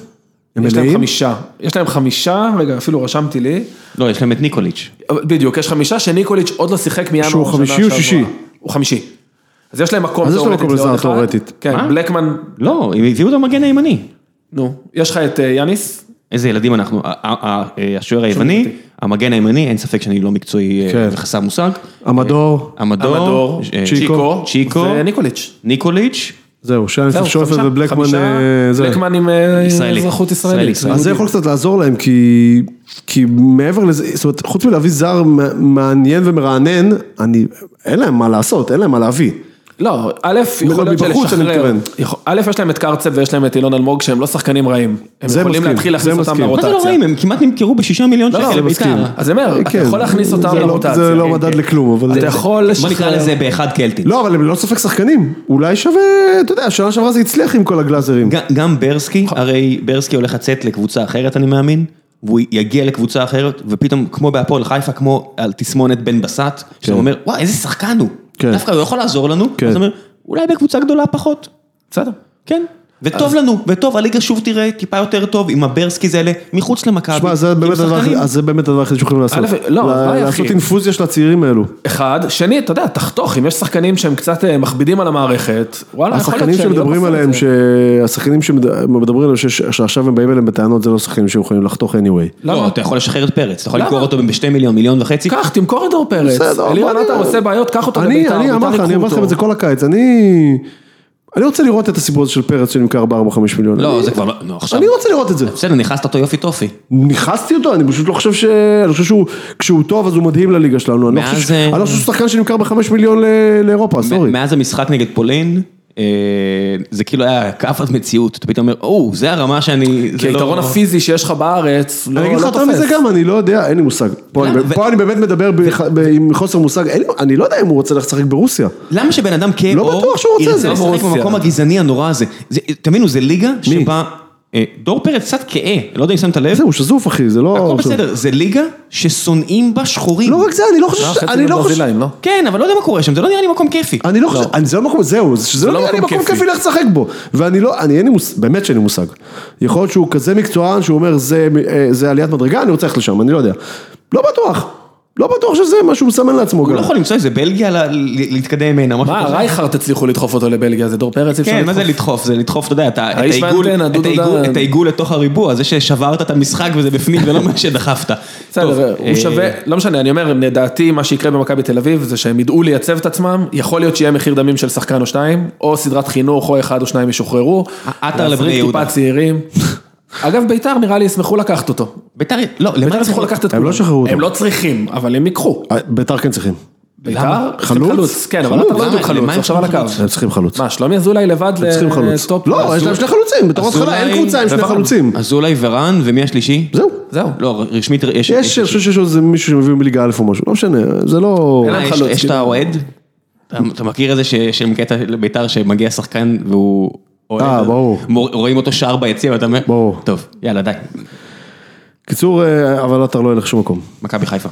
הם
יש להם
מלאים?
חמישה, יש להם חמישה, רגע, אפילו רשמתי לי,
לא, יש להם את ניקוליץ'.
אבל בדיוק, יש חמישה שניקוליץ' עוד לא שיחק מינואר
שהוא
שנה
חמישי או
שעברה.
שישי?
הוא חמישי. אז יש להם מקום
אז יש לו מקום
לעוד
לזר,
אחד.
תיאורטית.
מה?
כן, בלקמן,
לא, הם הביאו את המגן הימני.
נו, יש לך את אה, יאניס?
איזה ילדים אנחנו, ה- ה- ה- אה, השוער היווני, המגן הימני, אין ספק שאני לא מקצועי אה,
כן.
וחסר מושג.
המדור,
המדור, אה,
צ'יקו,
צ'יקו,
וניקוליץ'.
ניקוליץ',
זהו, שיינס
זהו,
שופר
חמישה-
ובלקמן,
חמישה
אה, זה.
בלקמן עם אה,
ישראלי.
אזרחות
ישראלי,
ישראלית.
ישראלי.
אז זה יכול קצת לעזור להם, כי, כי מעבר לזה, זאת אומרת, חוץ מלהביא זר מע- מעניין ומרענן, אני, אין להם מה לעשות, אין להם מה להביא.
לא, א', יכול להיות
מבחוץ, אני
שלשחרר,
מתכוון.
יכול- א', יש להם את קרצב ויש להם את אילון אלמוג שהם לא שחקנים רעים. הם
זה
יכולים
מסכים,
להתחיל
זה
להכניס אותם
מסכים.
מה זה
לרוטציה.
לא רואים, הם כמעט נמכרו בשישה מיליון
לא,
שקל
זה מסכים.
לביתר.
אז אני אומר, אתה
כן,
יכול להכניס
זה
אותם
לא-
לרוטציה.
זה
כן,
לא מדד
כן.
לכלום, אבל...
אתה יכול לשחרר.
אוקיי. בוא נקרא לזה באחד קלטין.
לא, אבל הם ללא ספק שחקנים. אולי שווה, אתה יודע, שנה שעברה זה הצליח עם כל הגלאזרים.
ג- גם ברסקי,
נכון.
הרי ברסקי הולך לצאת לקבוצה אחרת, אני מאמין, והוא יגיע לקבוצה אחרת, ופתאום, כמו בהפועל חיפה, כמו על תסמונת בן בסט, שאתה אומר, וואי, איזה שחקן הוא.
כן.
דווקא הוא יכול לעזור לנו,
כן.
אז אתה אומר, אולי בקבוצה גדולה פחות.
בסדר.
כן. וטוב לנו, וטוב, הליגה שוב תראה טיפה יותר טוב עם הברסקיז האלה מחוץ למכבי.
שמע, זה
עם
באמת הדבר הכי-
שחקנים.
אז זה באמת הדבר היחיד שיכולים לעשות.
א', לא,
ל-
מה היחיד?
לעשות אינפוזיה של הצעירים האלו.
אחד, שני, אתה יודע, תחתוך, אם יש שחקנים שהם קצת אה, מכבידים על המערכת, וואלה, יכול
השחקנים
להיות שאני לא
שמדברים
מפר את
עליהם,
זה.
השחקנים שמדברים עליהם, שש- שעכשיו הם באים אליהם בטענות, זה לא שחקנים שהם יכולים לחתוך anyway.
לא,
למה?
אתה יכול לשחרר את פרץ, אתה יכול
למה?
לקרוא אותו בשתי מיליון, מיליון וחצי.
קח, תמכור את דור פרץ.
בסדר,
אלירן
אבל
עטר
אני-
עושה בעיות, קח אותו
אני,
לביתר.
אני
ביתר
אמרתי לך,
ייקחו
אני אמרתי לכם
אותו.
את זה כל הקיץ, אני... אני רוצה לראות את הסיפור הזה של פרץ שנמכר ב-4-5 מיליון.
לא,
אני-
זה כבר לא, נו, עכשיו.
אני רוצה לראות את זה.
בסדר, נכנסת אותו יופי טופי.
ניכסתי אותו, אני פשוט לא חושב ש... אני חושב שהוא, כשהוא טוב אז הוא מדהים לליגה שלנו. אני לא
מאז,
חושב ש-
אה,
אני לא חושב שהוא שחקן שנמכר בחמש מיליון ל- לאירופה, סורי.
מאז המשחק נגד פולין, אה, זה כאילו היה כאפת מציאות, אתה פתאום אומר, או, זה הרמה שאני... זה
כי היתרון
לא-
הפיזי שיש לך בארץ, לא
אני אגיד לך
לא
יותר מזה
תופס.
גם, אני לא יודע, אין לי מושג. פה
למה?
אני-
ו-
פה אני באמת מדבר בח- ב- עם חוסר מושג, אין לי- אני לא יודע אם הוא רוצה ללכת לשחק ברוסיה.
למה שבן אדם
לא
כאור,
בטוח שהוא רוצה את
ירצה
זה.
לשחק
רוסיה.
במקום הגזעני הנורא הזה? זה- תבינו, זה ליגה שבה... אה, דור פרץ קצת כאה, לא יודע אם שמת לב,
זהו, שזוף אחי, זה לא...
הכל בסדר, זה ליגה ששונאים בה שחורים.
לא רק זה, אני לא חושב...
אה,
ש-
חצי
אני לא
מברזילאים,
חושב...
לא?
כן, אבל לא יודע מה קורה שם, זה לא נראה לי מקום כיפי.
אני לא חושב, אני- זה לא מקום, זהו, זה- שזה לא
לא
נראה לי
מקום
מקום
כיפי.
כיפי ללכת לשחק בו. ואני לא, אני אין לי מושג, באמת שאין לי מושג. יכול להיות שהוא כזה מקצוען שהוא אומר, "זה- אה, זה עליית מדרגה, אני רוצה ללכת לשם, אני לא יודע. לא בטוח, לא בטוח שזה מה שהוא מסמן לעצמו
הוא
גם.
לא יכול למצוא איזה בלגיה ל- ל- להתקדם ממנה, משהו
מה,
כזה.
רייכרד הצליחו לדחוף אותו לבלגיה, זה דור פרץ אי אפשר
כן, מה זה
לדחוף.
לדחוף? זה לדחוף, אתה יודע, את ה- את
האיש
העיגול-
והאנטנה,
את
דודו
העיגול-
דן.
את העיגול לתוך הריבוע, זה ששברת את המשחק וזה בפנים, ולא מה שדחפת. טוב,
בסדר,
אה,
הוא שווה, לא משנה, אני אומר, לדעתי מה שיקרה במכבי תל אביב זה שהם ידעו לייצב את עצמם, יכול להיות שיהיה מחיר דמים של שחקן או שתיים, או סדרת חינוך, או אחד או שניים ישוחררו.
עטר לבני
להזריק
יהודה.
טיפה
*laughs*
צעירים. אגב, ביתר נראה לי ישמחו לקחת אותו.
ביתר, לא,
ביתר
למה
יצטרכו לקחת את
הם
כולם.
לא שחררו אותו.
הם לא צריכים, אבל הם ייקחו.
אה, בית"ר כן צריכים.
ביתר?
חלוץ?
כן, אבל
חלוץ.
אתה לא
למה?
בדיוק חלוץ,
למה הם
עכשיו על הקו.
הם צריכים חלוץ.
מה, שלומי אזולאי לבד אה,
הם צריכים חלוץ.
לטופ?
לא, יש להם שני חלוצים, בתור
אזולאי-
התחלה אין קבוצה עם שני
ורן.
חלוצים.
אזולאי ורן, ומי השלישי?
זהו.
זהו.
לא, רשמית יש...
יש, אני חושב שיש עוד איזה מישהו שמביא מליגה א' או משהו, לא משנה, זה לא...
אה, יש-
חלוץ,
יש את
כאילו.
האוהד? אתה אתה מכיר איזה ש- שם קטע לביתר שמגיע שחקן והוא... אוהד,
אה,
אז
ברור.
מור- רואים אותו שער ביציע ואתה אומר,
ברור.
טוב, יאללה די,
קיצור, אה, אבל עטר לא ילך לשום מקום.
מכבי חיפה.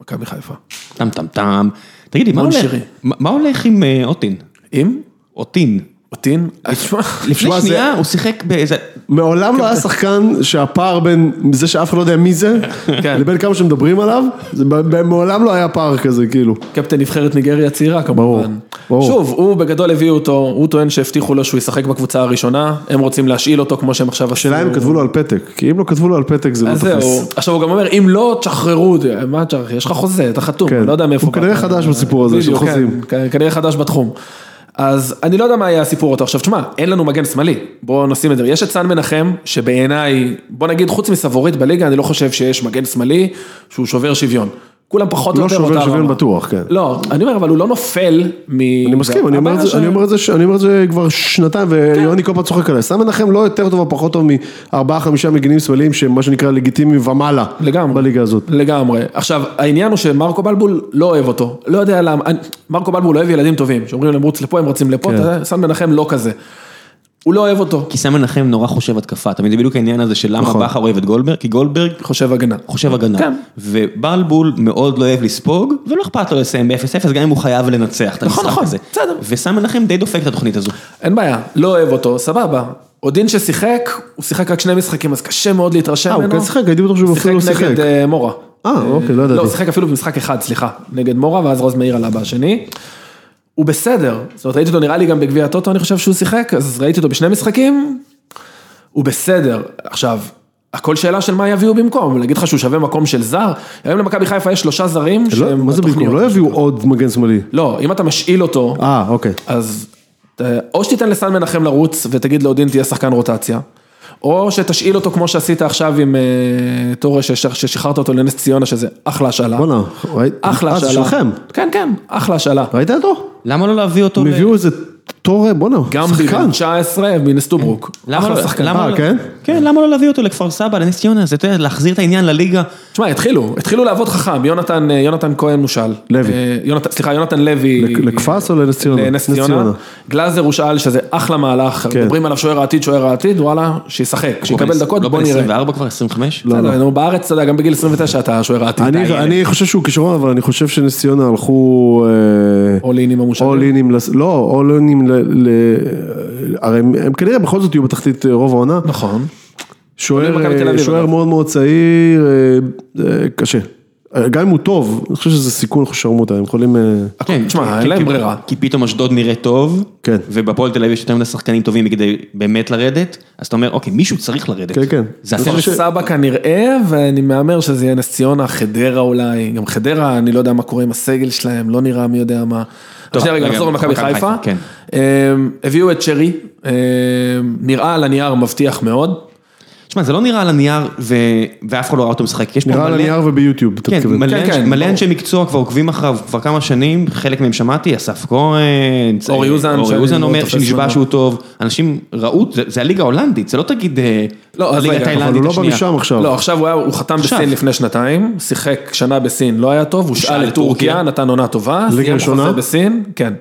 מכבי חיפה.
טם טם טם. תגידי, מה
רון
הולך-
שירי.
מה- מה הולך עם אה, אוטין?
אם? אה,
אוטין.
אותין? תשמע,
לפני
אה, תשמע,
שנייה הוא שיחק באיזה...
מעולם לא היה שחקן שהפער בין זה שאף אחד לא יודע מי זה,
כן.
לבין כמה שמדברים עליו, זה ב- ב- מעולם לא היה פער כזה, כאילו.
קפטן נבחרת ניגריה צעירה
ברור,
כמובן.
ברור.
שוב, הוא בגדול הביאו אותו, הוא טוען שהבטיחו לו שהוא ישחק בקבוצה הראשונה, הם רוצים להשאיל אותו כמו שהם עכשיו
השאלה אם כתבו לו על פתק, כי אם לא כתבו לו על פתק זה לא
אז זהו,
תופס.
עכשיו הוא גם אומר, אם לא, תשחררו אותי, מה תשחרר, יש לך חוזה, אתה חתום,
כן.
אני לא יודע מאיפה
הוא
באת.
כנראה חדש בסיפור הזה של
בדיוק, כן,
חוזים.
כ- כנראה חדש בתחום. אז אני לא יודע מה יהיה הסיפור אותו. עכשיו, תשמע, אין לנו מגן שמאלי, בואו נשים את זה. יש את סאן מנחם, שבעיניי, בוא נגיד, חוץ מסבורית בליגה, אני לא חושב שיש מגן שמאלי שהוא שובר שוויון. כולם פחות או
לא
יותר
שובר
אותה
שוויון
רמה.
בטוח, כן.
לא, אני אומר, אבל הוא לא נופל מ...
אני מסכים, אני אומר את זה- אני אומר את זה ש- אני אומר את זה כבר שנתיים, ויוני כל פעם צוחק עליי. סתם מנחם לא יותר טוב או פחות טוב מארבעה חמישה מגינים שמאליים שהם מה שנקרא לגיטימיים ומעלה.
לגמרי.
בליגה הזאת.
לגמרי. עכשיו, העניין הוא שמרקו בלבול לא אוהב אותו. לא יודע למה. אני- מרקו בלבול אוהב ילדים טובים, שאומרים להם רוץ לפה, הם רצים לפה,
כן.
אתה יודע, סן מנחם לא כזה. הוא לא אוהב אותו.
כי סם מנחם נורא חושב התקפה, אתה מבין, זה בדיוק העניין הזה של למה
נכון.
בכר אוהב את גולדברג, כי גולדברג
חושב הגנה.
חושב הגנה.
כן.
ובלבול מאוד לא אוהב לספוג, ולא אכפת לו לסיים ב-0-0, גם אם הוא חייב לנצח את
נכון,
המשחק
נכון,
הזה.
בסדר.
וסם מנחם די דופק את התוכנית הזו.
אין בעיה, לא אוהב אותו, סבבה. עודין ששיחק, הוא שיחק רק שני משחקים, אז קשה מאוד להתרשם
אה,
ממנו.
הוא כן שיחק? הייתי בטוח שהוא אפילו לא
שיחק נגד
שיחק.
אה, מורה.
אה, אוקיי, לא
לא,
ידעתי.
הוא שיחק אפילו במשחק אחד, סליחה, נגד מורה, ואז רוז מאיר עלה בשני. הוא בסדר, זאת אומרת, ראיתי אותו נראה לי גם בגביע הטוטו, אני חושב שהוא שיחק, אז ראיתי אותו בשני משחקים, הוא בסדר. עכשיו, הכל שאלה של מה יביאו במקום, להגיד לך שהוא שווה מקום של זר? היום למכבי חיפה יש שלושה זרים
לא,
שהם
מה זה במקום?
בתוכניות.
לא יביאו עוד מגן שמאלי.
לא, אם אתה משאיל אותו,
אה, אוקיי.
אז אה, או שתיתן לסן מנחם לרוץ ותגיד לאודין תהיה שחקן רוטציה, או שתשאיל אותו כמו שעשית עכשיו עם אה, טורה שש- ששחררת אותו לנס ציונה שזה אחלה השאלה.
בואנה, ראית?
אחלה
אה,
השאלה.
זה שלכם.
כן, כן, אחלה השאלה.
ראית אותו?
למה לא להביא אותו?
הם
ל-
הביאו איזה תור, אה, בואנה,
גם
שחקן.
בן 19 מנסטוברוק.
למה
אחלה
לא-
שחקן.
למה
אה,
לא-
כן?
כן, למה לא להביא אותו לכפר סבא, לנס ציונה, זה אתה יודע, להחזיר את העניין לליגה.
תשמע, התחילו, התחילו לעבוד חכם, יונתן, אה, יונתן כהן מושאל.
לוי.
אה, יונתן, סליחה, יונתן לוי. אה,
לכ- לכפס או לנס ציונה?
לנס
נס
ציונה.
ציונה.
גלאזר הושאל שזה אחלה מהלך,
כן.
מדברים עליו שוער העתיד, שוער העתיד, וואלה, שישחק, שיקבל דקות,
לא
בוא
בן
נראה.
24 כבר, 25?
לא,
בסדר, נו, בארץ, אתה יודע, גם בגיל 29 אתה שוער העתיד.
אני- אני חושב שהוא כישרון, אבל אני חושב שנס ציונה הלכו... אה,
אול אין עם המושבים.
אול אינים, לס- לא, אול אינים, ל- ל- הרי הם הם כנראה בכל זאת יהיו בתחתית אה, רוב העונה.
נכון.
שוער
מכבי תל אביב,
אה, שוער
אגב.
מאוד מאוד צעיר, אה, אה, קשה. אה, גם אם הוא טוב, אני חושב שזה סיכון חשרמוטה, הם יכולים... אה,
כן,
תשמע,
כי-
אין להם
כי-
ברירה.
כי פתאום אשדוד נראה טוב,
כן.
ובפועל תל אביב יש יותר מדי שחקנים טובים מכדי באמת לרדת, אז אתה אומר, אוקיי, מישהו צריך לרדת.
כן, כן.
זה
אני
הסרט
כפר
חושב-
סבא כנראה, ואני מהמר שזה יהיה נס ציונה, חדרה אולי, גם חדרה, אני לא יודע מה קורה עם הסגל שלהם, לא נראה מי יודע מה.
טוב,
שנייה רגע,
רגע,
נחזור למכבי
מכבי חיפה,
חיפה.
כן.
אמ, הביאו את שרי, אמ, נראה על הנייר מבטיח מאוד.
שמע, זה לא נראה על הנייר ו... ואף אחד לא ראה אותו משחק. יש פה
נראה על
מלא...
הנייר וביוטיוב, אתה
כן,
מתכוון.
מלא,
כן,
אנש...
כן,
מלא
ברור.
אנשי מקצוע כבר עוקבים אחריו כבר כמה שנים, חלק מהם שמעתי, אסף כהן, צ-
אורי אוזן,
אורי
שאני
אוזן
לא
אומר
תופס
שנשבע
ממנו.
שהוא טוב, אנשים ראו, זה, זה הליגה ההולנדית, זה לא תגיד אה,
לא, אז
הליגה
רגע, אבל
אבל הוא
התאילנדית
לא בא
השנייה.
משם עכשיו.
לא, עכשיו הוא היה- הוא חתם
עכשיו.
בסין לפני שנתיים, שיחק שנה בסין, לא היה טוב,
הושאל
הושאל
לטורקיה.
לטורקיה, נתן עונה טובה.
ליגה
סיים
ראשונה?
חוזה בסין, כן.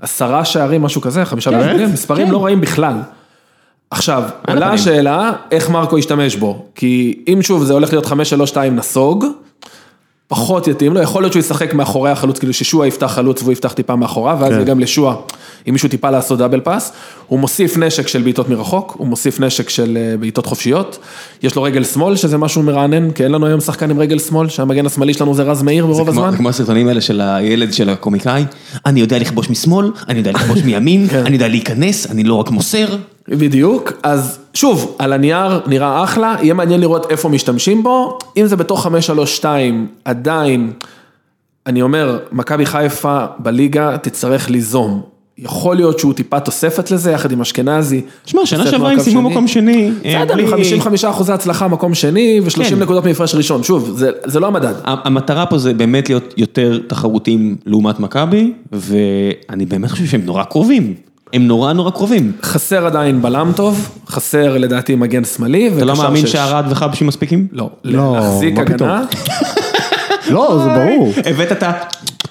עשרה שערים, משהו כזה, חמישה
כן,
בישולים, מספרים
כן.
לא רעים בכלל. עכשיו, עולה
הפנים.
השאלה, איך מרקו ישתמש בו? כי אם שוב זה הולך להיות 5-3-2 נסוג, פחות יתאים לו, יכול להיות שהוא ישחק מאחורי החלוץ, כאילו ששועה יפתח חלוץ והוא יפתח טיפה מאחוריו, ואז
כן.
יהיה גם לשועה, אם מישהו טיפה לעשות דאבל פאס, הוא מוסיף נשק של בעיטות מרחוק, הוא מוסיף נשק של אה, בעיטות חופשיות, יש לו רגל שמאל, שזה משהו מרענן, כי אין לנו היום שחקן עם רגל שמאל, שהמגן השמאלי שלנו זה רז מאיר ברוב
כמו,
הזמן.
כמו הסרטונים האלה של הילד של הקומיקאי, אני יודע לכבוש משמאל, אני יודע לכבוש מימין, אני יודע להיכנס, אני לא רק מוסר.
בדיוק, אז שוב, על הנייר נראה אחלה, יהיה מעניין לראות איפה משתמשים בו, אם זה בתוך 5-3-2 עדיין, אני אומר, מכבי חיפה בליגה תצטרך ליזום. יכול להיות שהוא טיפה תוספת לזה, יחד עם אשכנזי.
שמע, שנה
תוספת
שעברה
מעקב
הם סיימו
שני.
מקום שני. אה,
בסדר,
בלי-
עם 55 אחוזי הצלחה מקום שני ו-30
כן.
נקודות מהפרש ראשון, שוב, זה, זה לא המדד.
ה- המטרה פה זה באמת להיות יותר תחרותיים לעומת מכבי, ואני באמת חושב שהם נורא קרובים. הם נורא נורא קרובים.
חסר עדיין בלם טוב, חסר לדעתי מגן שמאלי,
אתה לא
וקשר
מאמין
שש.
שערד וחבשי מספיקים?
לא,
לא,
להחזיק
מה פתאום?
הגנה.
לא, זה ברור.
הבאת את ה...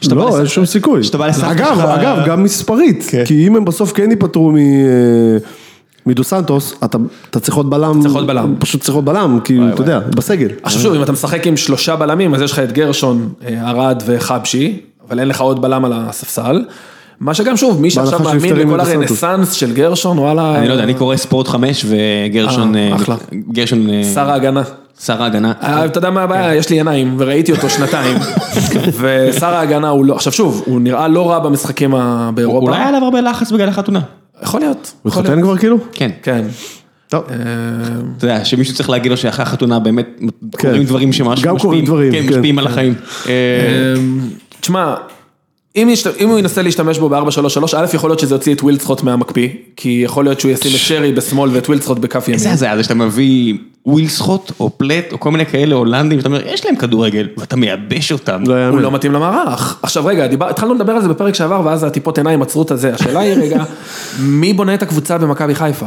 שאתה בא
לא,
לס-
אין שום סיכוי.
כשאתה בא לסבתא
אגב,
שלך-
אגב, גם מספרית, כי אם הם בסוף כן ייפטרו מ... אה, מדו סנטוס, אתה, אתה צריך עוד בלם,
צריך עוד בלם.
פשוט צריך עוד בלם, כי אתה יודע, בסגל.
עכשיו שוב, אם אתה משחק עם שלושה בלמים, אז יש לך את גרשון, אה, ארד וחבשי, אבל אין לך עוד בלם על הספסל. מה שגם שוב, מי שעכשיו
בהנחה
מאמין
שנפטרים
בכל
מדו סנטוס.
הרנסאנס של גרשון, וואלה,
אני לא יודע, אני קורא ספורט 5 וגרשון...
אה,
אה,
אחלה.
גרשון... אה,
שר ההגנה.
שר ההגנה.
אה, אתה יודע מה
כן.
הבעיה? יש לי עיניים, וראיתי אותו
*laughs*
שנתיים, ושר ההגנה הוא לא, עכשיו שוב, הוא נראה לא רע במשחקים ה- באירופה.
אולי היה עליו הרבה לחץ בגלל החתונה.
יכול להיות.
הוא
יכול להיות.
התחתן כבר כאילו? לא.
כן.
כן.
טוב.
אה,
אתה יודע, שמישהו צריך להגיד לו שאחרי החתונה באמת קורים דברים שממש
כן. גם קורים
משפיעים-
דברים,
כן,
כן.
משפיעים על החיים. אה,
אמ, תשמע, אם, יש, אם הוא ינסה להשתמש בו ב-433, א' יכול להיות שזה יוציא את וילדסחוט מהמקפיא, כי יכול להיות שהוא ישים את שרי בשמאל ואת וילדסחוט בכף ימין.
איזה הזיה זה שאתה מביא ווילסחוט או פלט או כל מיני כאלה הולנדים, שאתה אומר, יש להם כדורגל, ואתה מייבש אותם.
לא
הוא
יאמן.
לא מתאים למערך. עכשיו רגע, דיבר, התחלנו לדבר על זה בפרק שעבר, ואז הטיפות עיניים עצרו את הזה. השאלה היא
*laughs*
רגע, מי בונה את הקבוצה במכבי חיפה?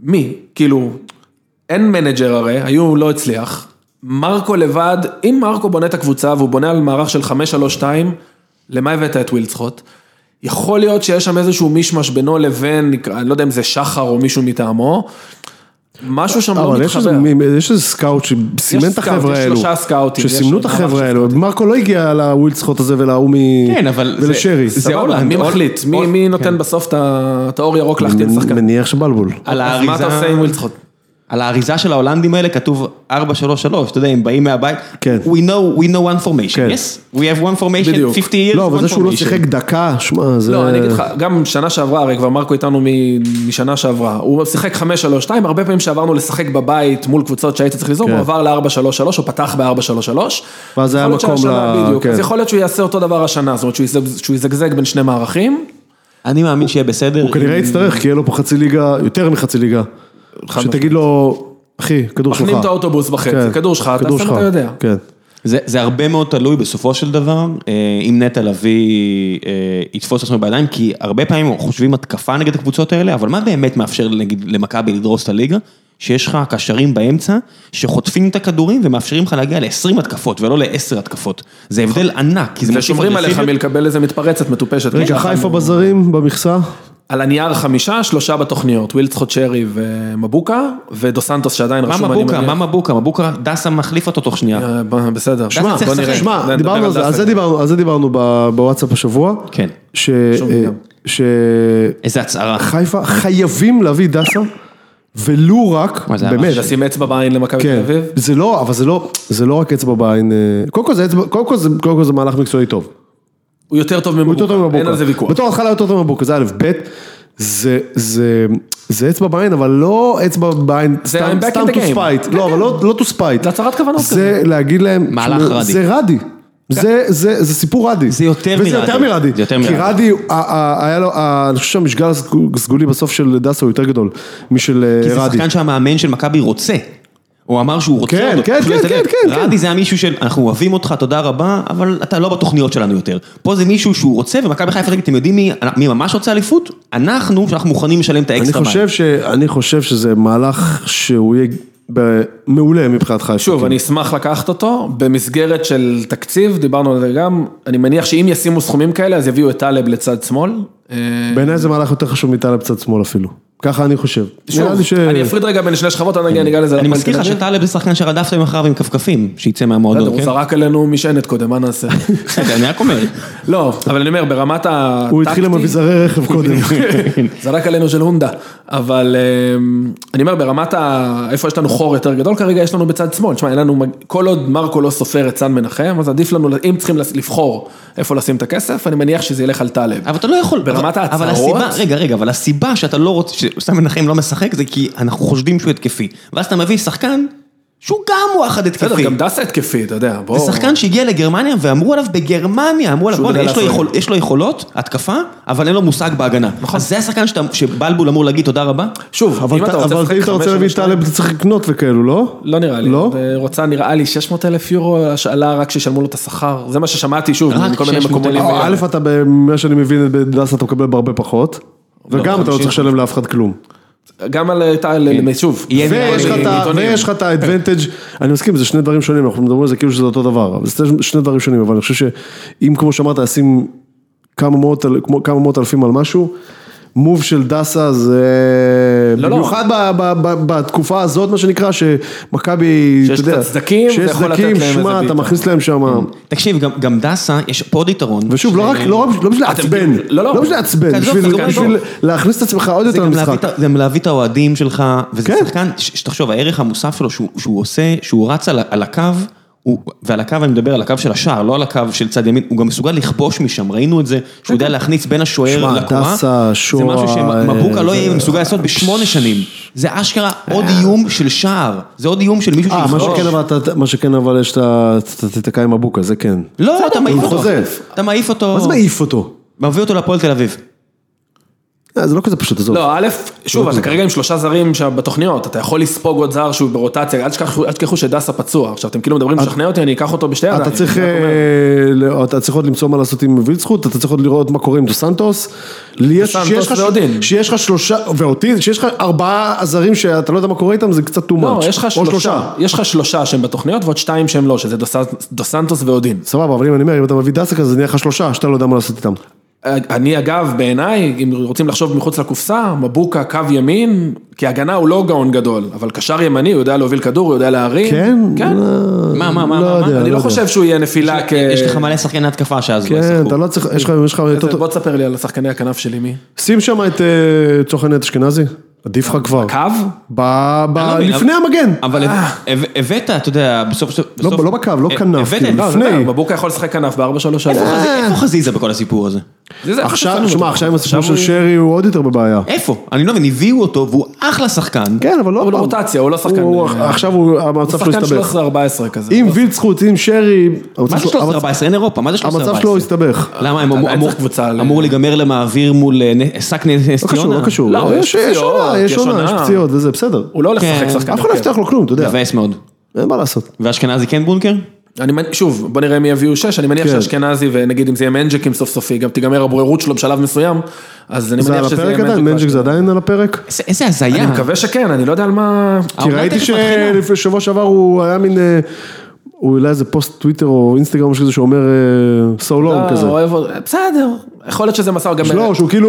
מי? כאילו, אין מנג'ר הרי, היו לא הצליח. מרקו לבד, אם מרקו בונה את הקבוצה והוא בונה על מערך של 5-3-2, למה הבאת את וילדסחוט? יכול להיות שיש שם איזשהו מישמש בינו לבין, נקרא- אני לא יודע אם זה שחר או מישהו מטעמו, משהו שם לא
אבל יש איזה
מתחבר.
מי- יש איזה סקאוט שסימן
יש
את
סקאוט,
החבר'ה
יש
האלו.
שלושה סקאוטים, יש
שסימנו את
ממש
החבר'ה
שלושה
האלו, מרקו לא הגיע להווילדסחוט הזה ולהוא מ...
כן, אבל זה-
ולשרי.
זה
סבבה.
הולנד.
מי
הולנד-
מחליט? מי-
הולנד-
מי
כן.
נותן בסוף את ה- את האור ירוק להחתים שחקן?
מניח שבלבול.
על
אז מה אתה
האריזה-
עושה עם וילצחוט?
על האריזה של ההולנדים האלה כתוב 433, אתה יודע, הם באים מהבית,
כן.
we know, we know one formation,
כן.
yes? We have one formation,
בדיוק.
50 years,
לא, אבל
one
זה שהוא לא
formation.
שיחק דקה, שמע, זה...
לא, אני אגיד לך, גם שנה שעברה, הרי כבר מרקו איתנו מ- משנה שעברה, הוא שיחק 5-3-2, הרבה פעמים שעברנו לשחק בבית מול קבוצות שהיית צריך לזרום,
כן.
הוא עבר ל-4-3-3, הוא פתח ב-4-3-3.
ואז היה מקום ל-
בדיוק,
כן.
אז יכול להיות שהוא יעשה אותו דבר השנה, זאת אומרת שהוא יזג- שהוא יזגזג בין שני מערכים.
אני מאמין שיהיה בסדר. אה,
הוא כנראה יצטרך, כי יהיה לו פה חצי ליגה, יותר מחצי ליגה. שתגיד לו, אחי, כדור שלך.
מכנים את האוטובוס בחצי,
כן.
כדור שלך, אתה
כדור
שם,
שלך.
אתה יודע.
כן.
זה, זה הרבה מאוד תלוי בסופו של דבר, אה, אם נטע לביא אה, יתפוס את עצמו בידיים, כי הרבה פעמים חושבים התקפה נגד הקבוצות האלה, אבל מה באמת מאפשר נגיד למכבי לדרוס את הליגה? שיש לך קשרים באמצע, שחוטפים את הכדורים ומאפשרים לך להגיע ל-20 התקפות ולא ל-10 התקפות. זה הבדל ענק, כי זה מוסיף
ושומרים עליך
אגרסיביות.
מלקבל איזה מתפרצת מטופשת.
רגע,
ככה.
חיפה בזרים במכסה?
על הנייר חמישה, שלושה בתוכניות, ווילצחוט שרי ומבוקה, ודו סנטוס שעדיין
מה
רשום, אני
מבוקה,
מניח.
מה מבוקה, מבוקה, דסה מחליף אותו תוך שנייה.
אה, ב- בסדר,
שמע,
בוא נראה.
שמע,
נדבר
דיברנו על זה, על
דסה.
זה דיברנו, על זה דיברנו ב- בוואטסאפ השבוע.
כן.
ש... אה,
שום מילה.
ש...
איזה הצהרה.
חיפה חייבים להביא דסה, ולו רק,
מה זה היה
באמת,
רעש?
כן, לשים אצבע בעין למכבי תל
כן,
אביב?
זה לא, אבל זה לא, זה לא רק אצבע בעין, אה, קודם כל זה אצבע, קודם כל זה, קודם כל זה מהלך מקצועי טוב.
הוא יותר טוב
הוא יותר טוב
מבוקה,
מבוקר.
אין על זה ויכוח.
בתור התחלה יותר טוב מבוקר, זה א', ב', זה, זה, זה אצבע בעין, אבל לא אצבע בעין,
זה
סתם,
I'm back
סתם
in the
to
game.
spite, לא, אבל לא, לא to spite.
זה הצהרת כוונות
זה להגיד להם,
מהלך
"תשמעו,
רדי." כן.
זה רדי. זה, זה, זה סיפור רדי.
זה יותר
וזה
מרדי.
יותר מרדי.
זה יותר
כי
מרדי.
רדי, ה- ה- היה לו, ה- אני חושב שהמשגל הסג- הסגולי בסוף של דסה הוא יותר גדול משל אה,
כי זה
רדי.
שחקן שהמאמן של מכבי רוצה. הוא אמר שהוא רוצה
כן,
אותו.
כן,
פשוט
כן,
אתה יודע,
כן, כן,
רדי זה היה מישהו של, אנחנו אוהבים אותך, תודה רבה, אבל אתה לא בתוכניות שלנו יותר. פה זה מישהו שהוא רוצה, ומכבי חיפה תגיד, אתם יודעים מי, מי ממש רוצה אליפות? אנחנו, שאנחנו מוכנים לשלם את
אני
האקסטרה
חושב, ש, אני חושב שזה מהלך שהוא יהיה ב- מעולה מבחינת חיפה.
שוב, אני אשמח לקחת אותו, במסגרת של תקציב, דיברנו על זה גם, אני מניח שאם ישימו סכומים כאלה, אז יביאו את טלב לצד שמאל. אה,
בעיניי זה מהלך יותר חשוב מטלב צד שמאל אפילו. ככה אני חושב.
שוב,
נראה לי ש...
אני אפריד רגע בין שני שכבות, אני אגע לזה.
אני
להפועל
מזכיר לך
תל אביב.
שטלב זה שחקן שרדפתם אחריו עם כפכפים, שיצא
בסדר,
מהמועדון,
הוא
כן?
זרק עלינו משענת קודם, מה
*laughs*
נעשה?
בסדר, אני רק אומר.
לא, אבל אני אומר, ברמת הטקטי...
הוא התחיל עם אביזרי רכב
*laughs*
קודם.
זרק עלינו של הונדה, אבל אמ, אני אומר ברמת ה... איפה יש לנו חור יותר גדול כרגע, יש לנו בצד שמאל, תשמע, אין לנו, מג- כל עוד מרקו לא סופר את סן מנחם, אז עדיף לנו, אם צריכים לס- לבחור איפה לשים את הכסף, אני מניח שזה ילך על טלב.
אבל אתה לא יכול.
ברמת
אבל- אבל
ההצהרות?
הסיבה- רגע, רגע, אבל הסיבה שאתה לא רוצה, שסתם מנחם לא משחק, זה כי אנחנו חושדים שהוא התקפי. ואז אתה מביא שחקן שהוא גם וואחד
בסדר,
התקפי.
גם דסה התקפי, אתה יודע, בואו.
זה שחקן שהגיע לגרמניה ואמרו עליו בגרמניה, אמרו עליו,
שהוא
בוא'נה,
יודע
יש, לו
לעשות
יכול- יש לו יכולות, התקפה, אבל אין לו מושג בהגנה. נכון. אז זה השחקן שאתה- שבלבול אמור להגיד תודה רבה.
שוב, אם
אבל
אתה
אתה-
רוצה
אבל
לשחק
אם אתה
חמש,
רוצה להביא
שלוש,
טלב, אתה צריך לקנות וכאלו, לא?
לא נראה לי,
לא?
זה רוצה נראה לי 600 אלף יורו השאלה רק שישלמו לו את השכר, זה מה ששמעתי שוב,
רק
מכל מיני
600,000
מקומות.
יורו.
אה, א', אתה, ממה שאני מבין, את דסה אתה מקבל בהרבה פחות, וגם אתה לא צריך לשלם לאף אחד כלום.
גם על אה, טל, שוב,
יהיה
כן. ויש לך את ה-
עיתונים.
ויש לך את האדוונטג', אני מסכים, זה שני דברים שונים, אנחנו מדברים על זה כאילו שזה אותו דבר, אבל זה שני דברים שונים, אבל אני חושב שאם כמו שאמרת, לשים כמה מאות, אל- כמו- כמה מאות אלפים על משהו, מוב של דסה זה...
לא, לא.
במיוחד ב- ב- ב- בתקופה הזאת, מה שנקרא, שמכבי,
שיש
אתה יודע,
קצת סדקים,
שיש
אתה יכול לתת
סדקים,
להם איזה Mm.
שמע,
בעיטה.
אתה מכניס להם שם,
תקשיב, גם- גם דסה, יש פה עוד יתרון.
ושוב, לא רק, לא רק- לא בשביל
אתם-
לעצבן,
לא, לא.
לא בשביל
כן,
לעצבן,
עזוב,
בשביל-
זה גם
בשביל
טוב.
להכניס את עצמך עוד
זה
יותר
גם להביא את
למשחק.
ה- זה גם להביא את האוהדים שלך, וזה
כן.
שחקן, ש- שתחשוב, הערך המוסף שלו שהוא שהוא עושה, שהוא רץ על ה- על הקו, הוא- ועל הקו אני מדבר על הקו של השער, לא על הקו של צד ימין, הוא גם מסוגל לכבוש משם, ראינו את זה, שהוא יודע להכניס בין השוער
כן. שמע,
לקורה,
דסה,
זה
שואה,
משהו שמבוקה
אה,
לא
זה-
יהיה מסוגל לעשות בשמונה שנים, זה אשכרה עוד איום של שער, זה עוד איום של מישהו
אה, מה
שיכבוש.
שכן, אבל אתה- מה שכן אבל יש את ה- אתה תתקע עם הבוקה, זה כן.
לא, אתה מעיף
הוא
אותו,
חוזף.
אתה מעיף אותו,
מה זה מעיף אותו?
מביא אותו להפועל תל אביב.
אה, זה לא כזה פשוט, עזוב.
לא, א', שוב, אתה
אוקיי.
כרגע עם שלושה זרים שם בתוכניות, אתה יכול לספוג עוד זר שהוא ברוטציה, אל תשכחו- אל תשכחו שדסה פצוע, עכשיו אתם כאילו מדברים, לשכנע אותי, אני אקח אותו בשתי ידיים.
אה, אתה צריך,
אני רק אומר,
אה, לא, אתה צריך עוד למצוא מה לעשות עם וילצחוט, אתה צריך עוד לראות מה קורה עם דו סנטוס. לי יש-
סנטוס
שיש לך-
ועודין.
שיש לך שלושה, ואותי, שיש לך ארבעה עזרים שאתה לא יודע מה קורה איתם, זה קצת too much.
לא, יש לך
או
שלושה, יש לך שלושה שהם בתוכניות ועוד שתיים שהם לא, שזה דו סנ- דו סנטוס ואודין.
סבבה, אבל אם אני אומר, אם אתה מביא דסק אז זה נהיה לך שלושה, שאתה לא יודע מה לעשות איתם.
אני אגב, בעיניי, אם רוצים לחשוב מחוץ לקופסה, מבוקה קו ימין, כהגנה הוא לא גאון גדול, אבל קשר ימני, הוא יודע להוביל כדור, הוא יודע להרים.
כן?
כן.
לא-
מה, מה, מה,
לא
מה, מה?
יודע,
אני לא
יודע.
חושב שהוא יהיה נפילה כ...
יש לך מלא שחקני התקפה שאז לא
כן, אתה
ישחקו.
לא צריך, יש לך, יש לך, יותר-
בוא תספר לי על השחקני הכנף שלי, מי?
שים שם את אה, לצורך העניין את אשכנזי, עדיף לך כבר.
קו?
ב- ב-
לא מבין,
לפני המגן.
אבל הב- הבאת, אתה יודע, בסוף...
אה. לא,
בסוף-
לא בקו, לא
אה,
כנף,
הבאת
כאילו, אה.
את-
לפני.
לא, מבוקה יכול לשחק כנף ב-4-3-3.
איפה חזיזה- איפה חזיזה בכל הסיפור הזה?
אה, עכשיו, שמע, עכשיו עם הסיפור של שרי הוא עוד יותר בבעיה.
איפה? אני לא מבין, הביאו אותו והוא אחלה שחקן.
כן, אבל לא...
הוא
פעם.
ברוטציה, הוא לא שחקן-
הוא- עכשיו הוא-
הוא
המצב שלו
שחקן
הסתבך.
13-14 כזה.
עם וילץ חוץ, עם שרי... המצב
מה זה
שלו-
13-14? אין אירופה, מה זה 13-14?
המצב שלו הסתבך.
למה, הם אמור-
עדיין צריך
אמור-
קבוצה ל-
אמור להיגמר למעביר מול אה, נ- שק נס ציונה?
לא קשור, לא קשור.
לא,
יש
יש
יש עונה,
פציעות,
יש
יש
עונה,
עונה.
יש פציעות וזה, בסדר.
הוא לא הולך
כן.
לשחק שחקן.
אף אחד לא
הרכב.
יפתח לו כלום, אתה יודע.
מבאס מאוד.
אין מה לעשות.
ואשכנזי כן בונקר?
אני מנ- שוב, בוא נראה מי יביאו שש, אני מניח
כן.
שאשכנזי, ונגיד אם זה יהיה מנג'יקים סוף סופי, גם תיגמר הבוררות שלו בשלב מסוים, אז אני
זה על
מניח שזה
הפרק
יהיה
עדיין? מנג'יק זה עדיין על הפרק?
איזה- איזה הזיה.
אני מקווה שכן, אני לא יודע על מה...
כי
העונה
ראיתי
תכף מתחילה.
שלפני שבוע שעבר הוא היה מין, אה, הוא העלה איזה פוסט טוויטר או אינסטגרם או משהו כזה שאומר אה, so
אה,
long כזה.
אוהב אותו. בסדר, יכול להיות שזה מסע גם...
לא, שהוא כאילו...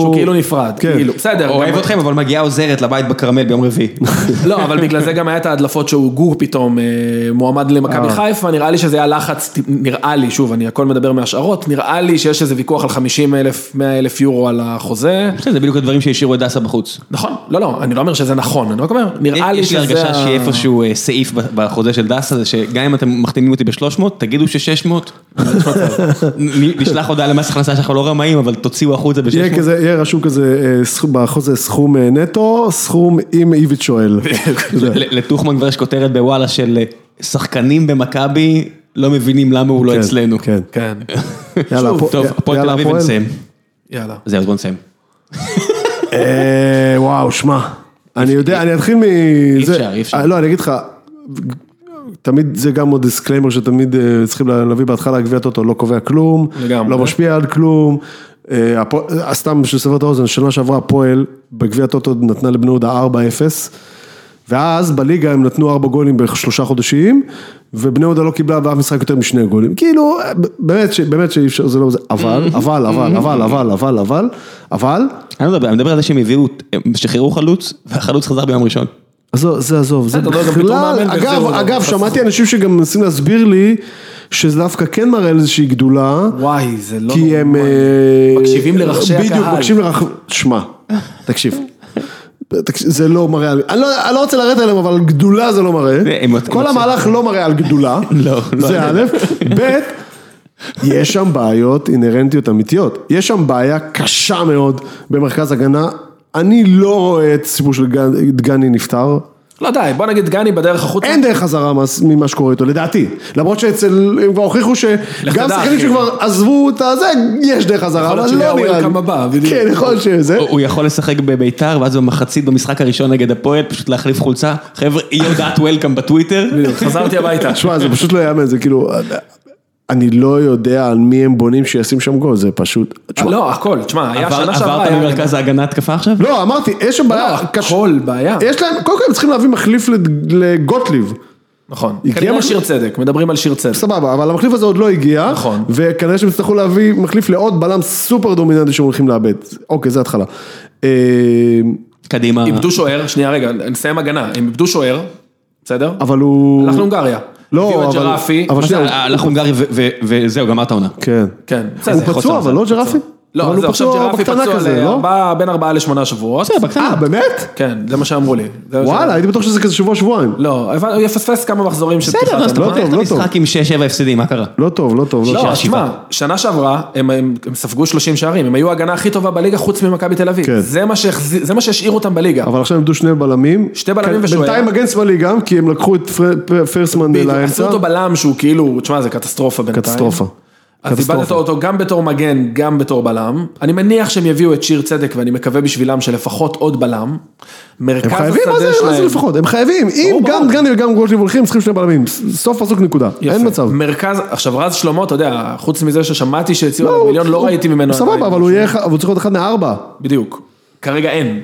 שהוא כאילו נפרד,
כן.
כאילו, בסדר.
אוהב
גם-
אתכם, אבל מגיעה עוזרת לבית בכרמל ביום
*laughs*
רביעי.
לא, אבל בגלל זה גם היה את ההדלפות שהוא גור פתאום, אה, מועמד
אה.
למכבי חיפה, נראה לי שזה היה לחץ, טיפ- נראה לי, שוב, אני הכל מדבר מהשערות, נראה לי שיש איזה ויכוח על 50 אלף, 100 אלף יורו על החוזה.
בסדר, זה בדיוק הדברים שהשאירו את דסה בחוץ.
נכון, לא, לא, אני לא אומר שזה נכון, אני רק אומר, נראה לי
יש לי
שזה...
הרגשה
ה-
שיהיה איפשהו אה, סעיף ב- בחוזה של דסה, זה שגם אם אתם מחתימים אותי ב-300, תגידו
*laughs*
ש-600. נשלח הודעה למס הכנסה שאנחנו לא רמאים, אבל תוציאו החוצה
יהיה
ב-600.
כזה, יהיה רשום כזה, אה, סכום- בחוזה סכום אה, נטו, סכום עם איביץ'
*laughs*
שואל. אתה יודע.
לטוחמן כבר יש כותרת בוואלה של אה, שחקנים במכבי לא מבינים למה הוא לא
כן,
אצלנו. *laughs*
כן.
כן,
יאללה, הפועל-
טוב, הפועל תל
יאללה,
אביב
הפועל.
ונסיים. *laughs*
יאללה.
זהו, אז בוא נסיים.
אה, וואו, שמע, אני יודע, אני אתחיל מזה.
אפשר, אי אפשר.
אה, לא, אני אגיד לך, תמיד, זה גם עוד דיסקליימר שתמיד אה, צריכים לה- להביא בהתחלה, גביע טוטו לא קובע כלום,
לגמרי.
לא משפיע על כלום. אה, הפועל- אה, סתם בשביל לסבר את האוזן, שנה שעברה הפועל בגביע טוטו נתנה לבני יהודה 4-0. ואז בליגה הם נתנו ארבע גולים בשלושה חודשים, ובני יהודה לא קיבלה באף משחק יותר משני גולים. כאילו, באמת, ש- באמת שאי אפשר, זה לא זה, אבל, אבל, אבל, אבל, אבל, אבל, אבל, אבל,
אני לא מדבר, אני מדבר על זה שהם הביאו, הם שחררו חלוץ, והחלוץ חזר ביום ראשון.
עזוב, זה עזוב, זה
בסדר, לא, גם בתור מאמן
בכלל,
והחזירו
אגב,
לו,
אגב,
חסכו.
שמעתי אנשים שגם מנסים להסביר לי שזה דווקא כן מראה על איזושהי גדולה,
וואי, זה לא...
כי הם...
נורמלי.
אה,
מקשיבים לרחשי
בדיוק,
הקהל.
מקשיבים לרחשי... שמע, תקשיב. תקשיב, זה לא מראה על... אני לא, אני לא רוצה לרדת עליהם, אבל על גדולה זה לא מראה.
אה,
זה, הם-
כל
הם-
המהלך לא מראה על
*laughs*
גדולה.
לא, לא.
זה א', ב', יש שם בעיות אינהרנטיות אמיתיות. יש שם בעיה קשה מאוד במרכז הגנה. אני לא רואה את הסיפור של גן- דגני נפטר.
לא די, בוא נגיד גני בדרך החוצה.
אין דרך חזרה מס- ממה שקורה איתו, לדעתי. למרות שאצל, הם כבר הוכיחו שגם
תדע,
שחקנים
אחי.
שכבר עזבו את הזה, יש דרך חזרה,
יכול
אבל
להיות
לא
שיהיה
נראה
ה-welcome הבא,
לי.
בדיוק.
כן, יכול להיות שזה.
הוא- הוא יכול לשחק בביתר, ואז במחצית במשחק הראשון נגד הפועל, פשוט להחליף חולצה. חבר'ה, היא יודעת וולקאם
*laughs*
בטוויטר.
בדיוק,
*laughs*
חזרתי הביתה.
שמע, זה פשוט לא יאמן, זה כאילו, אני לא יודע על מי הם בונים שישים שם גול, זה פשוט... תשמע,
לא, הכל, תשמע, היה
עבר-
שנה שעברה...
עברת
היה-
ממרכז ההגנה התקפה עכשיו?
לא, אמרתי, יש שם
לא,
בעיה קשה.
הכל בעיה.
יש להם, קודם כל הם צריכים להביא מחליף לד- לגוטליב.
נכון.
הגיע
כנראה
משהו-
שיר צדק, מדברים על שיר צדק.
סבבה, אבל המחליף הזה עוד לא הגיע,
נכון.
וכנראה שהם יצטרכו להביא מחליף לעוד בלם סופר דומיננטי שהם הולכים לאבד. אוקיי, זה התחלה. אה,
קדימה.
איבדו שוער, שנייה רגע, נסיים הגנה, הם איבדו שוער, בסדר?
אבל הוא...
הלך להונגריה. הביאו
לא,
את
אבל...
ג'רפי.
אבל
מה זה,
שנייה,
אה, הלך הונגרי ו- ו- וזהו, גמר את העונה.
הוא- כן.
כן,
הוא
בסדר.
פצוע, אבל לא ג'רפי? אבל
לא,
הוא
זהו, עכשיו
פצוע
ג'רפי
בקטנה
פצוע
כזה, לא?
לארבעה, בין ארבעה לשמונה שבועות.
אה, באמת?
כן, זה מה שאמרו לי. זה מה
וואלה,
שאמרו.
הייתי בטוח שזה כזה שבוע, שבועיים.
לא, אבל הוא יפספס כמה מחזורים של
בסדר, אז
פתיחת
אתה
לא
עונה.
פותח את
טוב, לא
המשחק עם 6-7 הפסדים, מה קרה?
לא טוב, לא טוב, לא
לא,
טוב.
שישה,
שמע, שנה שעברה הם, הם, הם ספגו 30 שערים, הם היו ההגנה הכי טובה בליגה חוץ ממכבי תל אביב.
כן.
זה מה שהחזי- זה מה שהשאיר אותם בליגה.
אבל עכשיו עמדו שני בלמים.
שתי בלמים
כן,
ושוער.
בינתיים מגן שמאלי גם, כי הם לקחו את פר- פר- פרסמן
בדיוק, עשו
לאמצע.
אותו בלם שהוא כאילו, תשמע, זה קטסטרופה בינתיים.
קטסטרופה.
אז
קטסטרופה.
איבדת אותו גם בתור מגן, גם בתור בלם. אני מניח שהם יביאו את שיר צדק, ואני מקווה בשבילם שלפחות עוד בלם. מרכז
הם חייבים, מה זה-
השדה
מה זה
שלהם...
לפחות? הם חייבים. אם
ברור.
גם דגני וגם גוטליב הולכים, צריכים שני בלמים. ס- סוף פסוק נקודה.
יפה.
אין מצב.
מרכז, עכשיו רז שלמה, אתה יודע, חוץ מזה ששמעתי שהציעו
לא,
עליו מיליון, לא
הוא-
ראיתי ממנו. עדיין.
סבבה, אבל הוא יהיה אחד- אבל הוא צריך להיות אחד מארבע.
בדיוק. כרגע אין.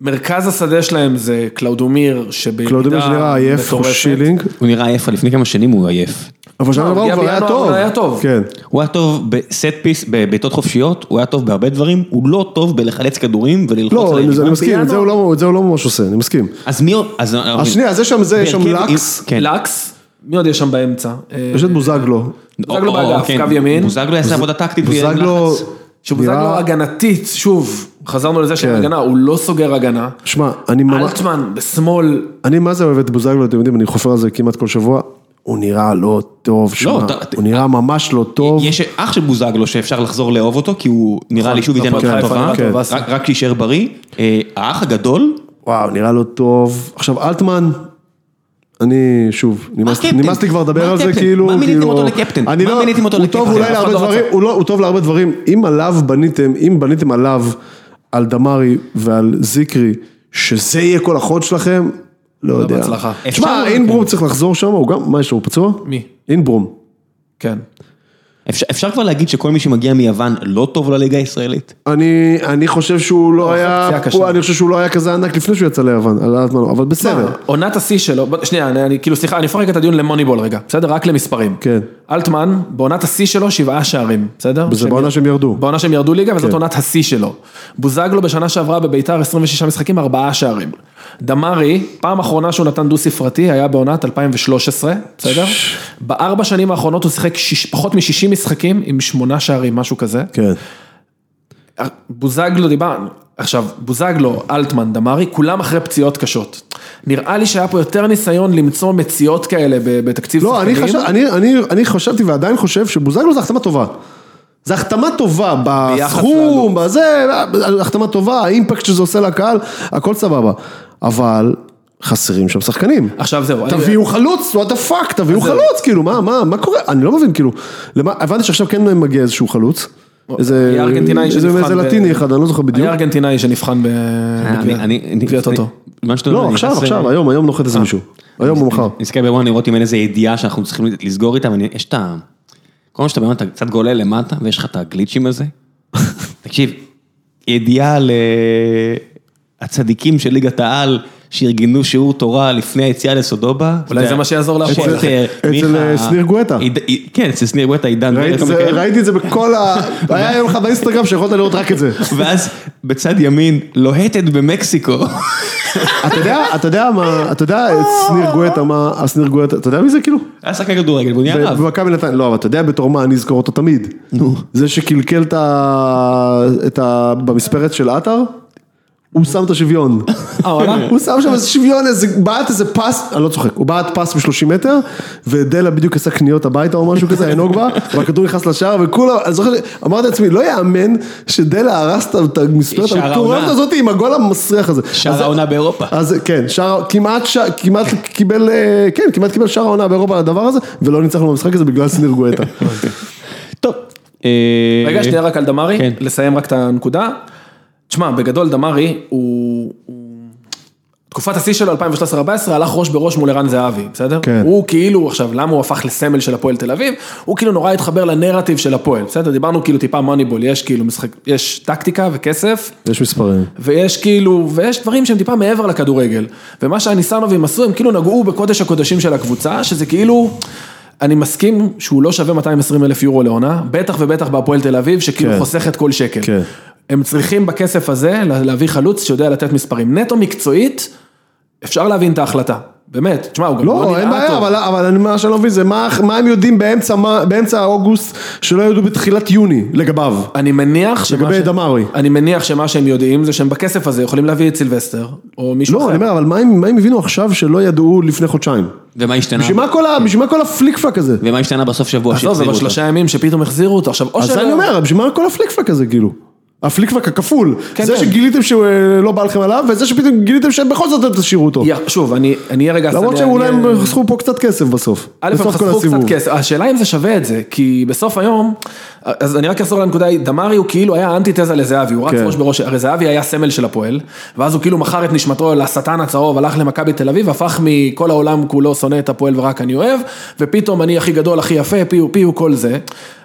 מרכז השדה שלהם זה קלאודומיר, שבירידה
קלאודמיר לא שנראה עייף,
מטורפת.
שילינג.
הוא נראה עייף, לפני כמה שנים הוא עייף.
אבל שנה
לא,
שעברה הוא
גם
כבר היה
בינואר
טוב.
הוא היה טוב.
כן.
הוא היה טוב בסט פיס, בבעיטות חופשיות, הוא היה טוב בהרבה דברים, הוא לא טוב בלחלץ כדורים וללחוץ
לא,
עליהם.
אני מסכים,
בינואר-
את זה הוא לא- את זה הוא לא ממש עושה, אני מסכים.
אז מי עוד? אז אה,
אז שנייה, זה שם זה, יש שם
בהרכב-
לקס,
כן.
לקס, מי עוד יש שם באמצע? אה,
יש את בוזגלו.
בוזגלו
או- או-
באגף,
כן.
קו ימין.
בוזגלו יעשה עבודה טקטית. ויהיה
בוזגלו...
לחץ.
שבוזגלו
נראה-
לא הגנתית, שוב, חזרנו לזה של
כן.
הגנה, הוא לא סוגר הגנה.
שמע, אני ממש...
אלטמן בשמאל,
אני מה זה אוהב את בוזגלו, אתם יודעים, אני חופר על זה כמעט כל שבוע. הוא נראה לא טוב, שמע,
אתה-
הוא נראה ממש לא טוב.
יש אח של בוזגלו שאפשר לחזור לאהוב אותו, כי הוא נראה לי שוב ייתן
נכון,
מכה
כן,
טובה,
כן.
רק- רק להישאר בריא. אה, האח הגדול,
וואו, נראה לא טוב. עכשיו, אלטמן, אני, שוב, נמאס-
קפטן?
נמאס לי כבר לדבר
מה
על זה,
קפטן?
כאילו,
מה מיניתם
כאילו-
אותו לקפטן?
אני
מה
לא-
מיניתם אותו
הוא
לקפטן?
טוב אולי
אף אחד
להרבה
לא
דברים, הוא לא- הוא טוב להרבה דברים. אם עליו בניתם, אם בניתם עליו, על דמרי ועל זיקרי, שזה יהיה כל החוד שלכם, לא יודע.
בהצלחה.
אפשר- כן.
שמע, אינברום צריך לחזור שם, הוא גם, מה יש לו, הוא פצוע?
מי?
אינברום.
כן.
אפשר- אפשר כבר להגיד שכל מי שמגיע מיוון לא טוב לליגה הישראלית?
אני, אני חושב שהוא לא
אוקיי,
פציעה
היה,
קשה.
הוא, אני חושב שהוא לא היה כזה ענק לפני שהוא יצא ליוון, על אלטמן, אבל בסדר.
עונת השיא שלו, בוא- שנייה, אני, אני כאילו, סליחה, אני אפרק את הדיון למוניבול רגע, בסדר? רק למספרים.
כן.
אלטמן, בעונת השיא שלו, שבעה שערים, בסדר?
וזה
שהם-
בעונה שהם ירדו.
בעונה שהם ירדו ליגה, וזאת
כן.
עונת השיא שלו. בוזגלו בשנה שעברה בביתר 26 משחקים, ארבעה שערים. דמארי, פעם אחרונה שהוא נתן דו ספרתי, היה בעונת 2013, בסדר? בארבע שנים האחרונות הוא שיחק שיש, פחות מ-60 משחקים עם שמונה שערים, משהו כזה.
כן.
בוזגלו דיברנו, עכשיו בוזגלו, אלטמן, דמארי, כולם אחרי פציעות קשות. נראה לי שהיה פה יותר ניסיון למצוא מציאות כאלה ב- בתקציב
לא, אני, חשב, אני, אני, אני חשבתי ועדיין חושב שבוזגלו זה החתמה טובה. זה החתמה טובה בסכום, בזה, החתמה טובה, האימפקט שזה עושה לקהל, הכל סבבה. אבל חסרים שם שחקנים.
עכשיו זהו, אני-
תביאו חלוץ, what the fuck, תביאו חלוץ, כאילו, מה, מה, מה קורה? אני לא מבין, כאילו, למה, הבנתי שעכשיו כן מגיע איזשהו חלוץ. איזה,
היה ארגנטינאי
איזה,
שנבחן
איזה
ב-
לטיני אחד, אני לא זוכר בדיוק.
היה ארגנטינאי שנבחן ב-
אה,
בגביע- בגביע טוטו.
מה שאתה אומר,
לא,
אני
עכשיו,
חסר-
אה,
עכשיו, לא. היום, היום נוחת איזה מישהו. היום או מחר.
נסתכל בוואן לראות אם אין איזה ידיעה שאנחנו צריכים לסגור איתה, אבל יש את ה... כל מה שאתה באמת, אתה קצת גולל למטה, ויש לך את הגליצ'ים
*laughs*
הזה. תקשיב, ידיעה על אה, הצדיקים של ליגת העל, שארגנו שיעור תורה לפני היציאה לסודובה.
אולי
אתה-
זה מה שיעזור להפועל.
שכטר,
אצל,
מיכה,
אה, שניר גואטה.
עיד- עיד- כן, אצל שניר גואטה, עידן.
ראיתי
ורד,
את זה-
אתה מכיר?
ראיתי את זה בכל ה... היה יום אחד באינסטגרם שיכולת לראות רק את זה.
ואז בצד ימין, לוהטת במקסיקו.
אתה יודע, אתה יודע מה, אתה יודע את שניר גואטה, מה, השניר גואטה, אתה יודע מי זה כאילו?
היה שחקן כדורגל, והוא נהיה
ב-
רב.
במכבי נתניה, לא, אבל אתה יודע בתור מה אני אזכור אותו תמיד. נו. זה שקלקל את ה... את ה... במספרת של עטר, הוא שם את השוויון.
אה, וואלה?
כן.
הוא שם שם איזה שוויון, איזה, בעט איזה פס, אני לא צוחק, הוא בעט פס מ-30 מטר, ודלה בדיוק עשה קניות הביתה או משהו כזה, היה נוג בה, והכדור נכנס לשער, וכולם, אני זוכר, ש- אמרתי לעצמי, לא יאמן שדלה הרס את ה- את המספרת
שער
המטורפת
העונה.
הזאת עם הגול המסריח הזה.
שער
אז-
העונה באירופה.
אז כן, שער, כמעט, ש- כמעט קיבל, אה, כן, כמעט קיבל שער העונה באירופה על הדבר הזה, ולא ניצחנו במשחק הזה בגלל סניר גואטה.
טוב. אה,
רגע, שנייה רק על דמרי,
כן.
לסיים רק את הנקודה. תשמע, בגדול דמרי הוא... הוא- תקופת השיא שלו 2013-2014 הלך ראש בראש מול ערן זהבי, בסדר?
כן.
הוא כאילו, עכשיו, למה הוא הפך לסמל של הפועל תל אביב? הוא כאילו נורא התחבר לנרטיב של הפועל, בסדר? דיברנו כאילו טיפה מוניבול, יש כאילו משחק, יש טקטיקה וכסף,
*laughs* יש מספרים.
ויש כאילו, ויש דברים שהם טיפה מעבר לכדורגל. ומה שהניסנובים עשו, הם כאילו נגעו בקודש הקודשים של הקבוצה, שזה כאילו, אני מסכים שהוא לא שווה 220 אלף יורו לעונה, בטח ובטח בהפועל תל אביב, שכאילו
כן.
חוסכת כל שקל.
כן.
הם צריכים בכסף הזה לה- להביא חלוץ שיודע לתת מספרים. נטו מקצועית, אפשר להבין את ההחלטה. באמת, תשמע, הוא גם לא,
לא,
נראה
אין
טוב.
בעיה, אבל, אבל אני, מה שאני לא מבין זה מה, מה הם יודעים באמצע, מה, באמצע אוגוסט שלא ידעו בתחילת יוני לגביו.
אני מניח שמה
לגבי דמרי.
אני מניח שמה שהם יודעים זה שהם בכסף הזה יכולים להביא את סילבסטר, או מישהו
לא,
אחר.
אני אומר, אבל מה הם, מה הם הבינו עכשיו שלא ידעו לפני חודשיים?
ומה השתנה?
בשביל מה כל,
כן.
ה- בשביל מה כל הפליק פלק הזה?
ומה השתנה בסוף שבוע
עזוב, זה
שהחזירו אותו?
בשלושה ימים שפתאום החזירו אותו. עכשיו, או
אז
שלא-
אני אומר, בשביל מה כל הפליק פלק הזה כאילו? הפליק פלק הכפול.
כן,
זה
כן.
שגיליתם שלא בא לכם עליו, וזה שפתאום גיליתם שבכל זאת אתם תשאירו אותו.
יא- שוב, אני אני אהיה רגע...
אוקיי. למרות
שדה,
שהם
אני-
אולי הם חסכו פה קצת כסף בסוף.
א', הם
בסוף כל
חסכו קצת
הסיבוב.
כסף, השאלה אם זה שווה את זה, כי בסוף היום, אז אני רק אחזור לנקודה, דמרי הוא כאילו היה אנטיתזה לזהבי, הוא רץ
כן.
ראש בראש, הרי זהבי היה סמל של הפועל, ואז הוא כאילו מכר את נשמתו לשטן הצהוב, הלך למכבי תל אביב, הפך מכל העולם כולו שונא את הפועל ורק אני אוהב, ופתאום אני הכי גדול, הכי יפה, פיו פיו כל זה.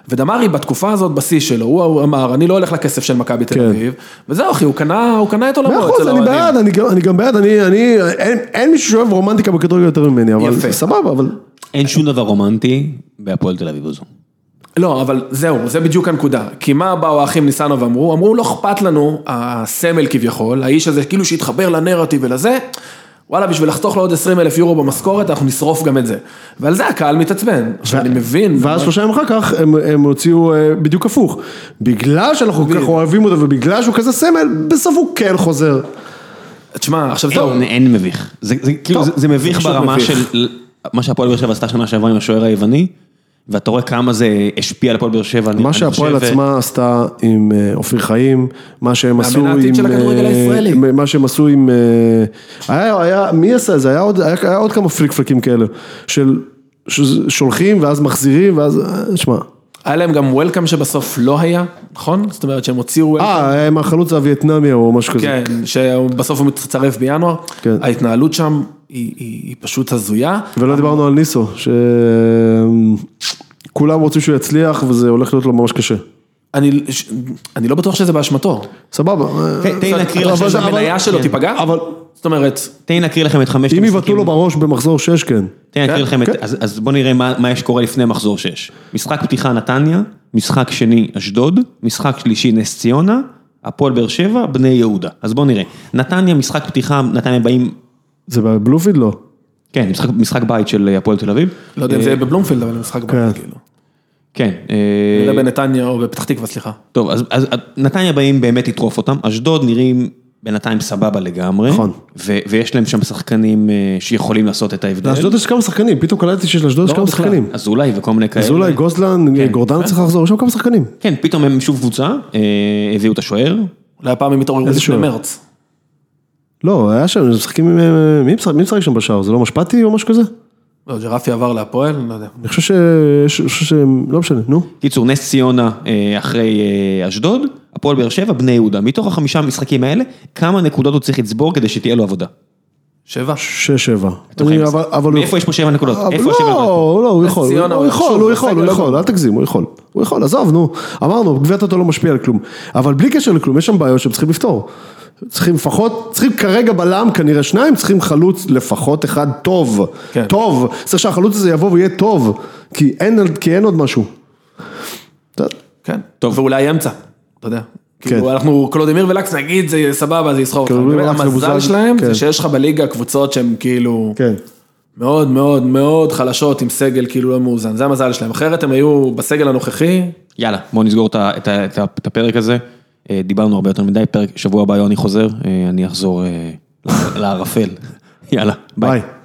ודמרי בתקופה הזאת בשיא שלו, הוא הוא אמר, אני לא הולך לכסף של מכבי תל
כן.
אביב, וזהו אחי, הוא קנה הוא קנה את
מאה
עולמו
אחוז,
אצל
אני
האוהדים.
בעד, אני גם- אני גם בעד, אני, אני, אין- אין מישהו שאוהב רומנטיקה בכדורגל יותר ממני, אבל
יפה.
סבבה, אבל...
אין שום דבר רומנטי בהפועל תל אביב הזו.
לא, אבל זהו, זה בדיוק הנקודה. כי מה באו האחים ניסנוב ואמרו? אמרו, לא אכפת לנו הסמל כביכול, האיש הזה כאילו שהתחבר לנרטיב ולזה, וואלה, בשביל לחתוך לו עוד 20 אלף יורו במשכורת, אנחנו נשרוף גם את זה. ועל זה הקהל מתעצבן. עכשיו, אני מבין.
ואז
אבל-
שלושה ימים אחר כך הם, הם הוציאו אה, בדיוק הפוך. בגלל שאנחנו כל כך אוהבים אותו ובגלל שהוא כזה סמל, בסוף הוא כן חוזר.
תשמע, עכשיו זהו.
אין, אין מביך. זה, זה, כאילו,
טוב,
זה, זה מביך
פשוט
ברמה
מביך.
של מה שהפועל באר שבע עשתה שנה שעברה עם השוער היווני, ואתה רואה כמה זה השפיע על הפועל באר שבע. אני-
מה
אני
שהפועל
חושב,
עצמה עשתה עם אה, אופיר חיים, מה שהם עשו
העתיד
עם...
של הכדורגל
אה,
הישראלי.
עם- מה שהם עשו עם... אה, היה, היה, מי עשה את זה? היה עוד, היה, היה עוד כמה פליקפלקים כאלה, של ש- שולחים ואז מחזירים ואז... אה, שמע.
היה להם גם וולקאם שבסוף לא היה, נכון? זאת אומרת שהם הוציאו וולקאם.
אה, היה עם החלוץ הווייטנמי או משהו כזה.
כן, שבסוף הוא מצטרף בינואר.
כן.
ההתנהלות שם היא- היא היא פשוט הזויה.
ולא דיברנו על ניסו, שכולם רוצים שהוא יצליח וזה הולך להיות לו ממש קשה.
אני ש- אני לא בטוח שזה באשמתו.
סבבה. אה,
תן לי להקריא
אתה
לך
חושב
שם-
שהמניה שלו תיפגע?
אבל
זאת אומרת,
כן. תן לי להקריא לכם את חמשת
אם
המשחקים.
יבטלו לו בראש במחזור 6 כן.
תן לי להקריא
כן,
לכם את...
כן.
אז- אז בואו נראה מה מה יש קורה לפני מחזור 6. משחק פתיחה נתניה, משחק שני אשדוד, משחק שלישי נס ציונה, הפועל באר שבע, בני יהודה. אז בואו נראה. נתניה, משחק פתיחה, נתניה באים...
זה בבלופיד לא.
כן, משחק, משחק בית של אה, הפועל תל אביב.
לא יודע אם זה יהיה בבלומפילד, אבל משחק בעיה,
כן.
כאילו.
כן. אה,
נראה בנתניה או בפתח תקווה, סליחה.
טוב, אז, אז נתניה באים באמת לטרוף אותם, אשדוד נראים בינתיים סבבה לגמרי.
נכון.
ו, ויש להם שם שחקנים אה, שיכולים לעשות את ההבדל.
לאשדוד יש כמה שחקנים, פתאום קלטתי שיש לאשדוד יש
כן. לא,
כמה
בכלל.
שחקנים.
אזולאי וכל מיני כאלה.
אז אולי גוזלן, אה, גורדנה צריך לחזור, יש שם כמה שחקנים.
כן, פתאום הם שוב קבוצה, אה, הביאו את השוער,
אולי הפעם הם יתעוררו
איזה
לפני
שוער?
מרץ.
לא, היה שם, הם משחקים עם... אה, מי משחק- מי משחק שם בשער? זה לא משפטי או משהו כזה?
לא, ג'רפי עבר להפועל, אני לא יודע.
אני חושב ש... ש- חושב שהם... לא משנה, נו.
קיצור, נס ציונה אה, אחרי אה, אשדוד, הפועל באר שבע, בני יהודה. מתוך החמישה המשחקים האלה, כמה נקודות הוא צריך לצבור כדי שתהיה לו עבודה?
שבע.
6-7.
חיים
אני- אבל- אבל הוא-
מאיפה יש פה שבע נקודות?
אבל
איפה השבע נקודות?
לא, לא, הוא יכול,
ציונה,
הוא
הוא
יכול,
שוב,
הוא
הוא
יכול,
סגל
הוא
לא
יכול, אל תגזים, הוא יכול, הוא יכול, עזוב, נו, אמרנו, גביע הטוטו לא משפיע על כלום, אבל בלי קשר לכלום, יש שם בעיות שהם צריכים לפתור, צריכים לפחות, צריכים כרגע בלם כנראה שניים, צריכים חלוץ לפחות אחד טוב,
כן.
טוב, צריך שהחלוץ הזה יבוא ויהיה טוב, כי אין- כי אין עוד משהו. אתה-
כן. טוב. ואולי אמצע, אתה יודע. כאילו אנחנו קלודימיר ולקס נגיד זה סבבה זה יסחור אותך,
קלודימיר
באמת,
ולקס
המזל
ובוזגלו,
שלהם
כן.
זה שיש לך בליגה קבוצות שהן כאילו
כן,
מאוד מאוד מאוד חלשות עם סגל כאילו לא מאוזן, זה המזל שלהם, אחרת הם היו בסגל הנוכחי,
יאללה, בואו נסגור את ה- את ה- את ה- את הפרק הזה. אה, דיברנו הרבה יותר מדי, פרק שבוע הבא יוני חוזר, אה, אני אחזור אה, לערפל. *laughs* יאללה, ביי.
ביי.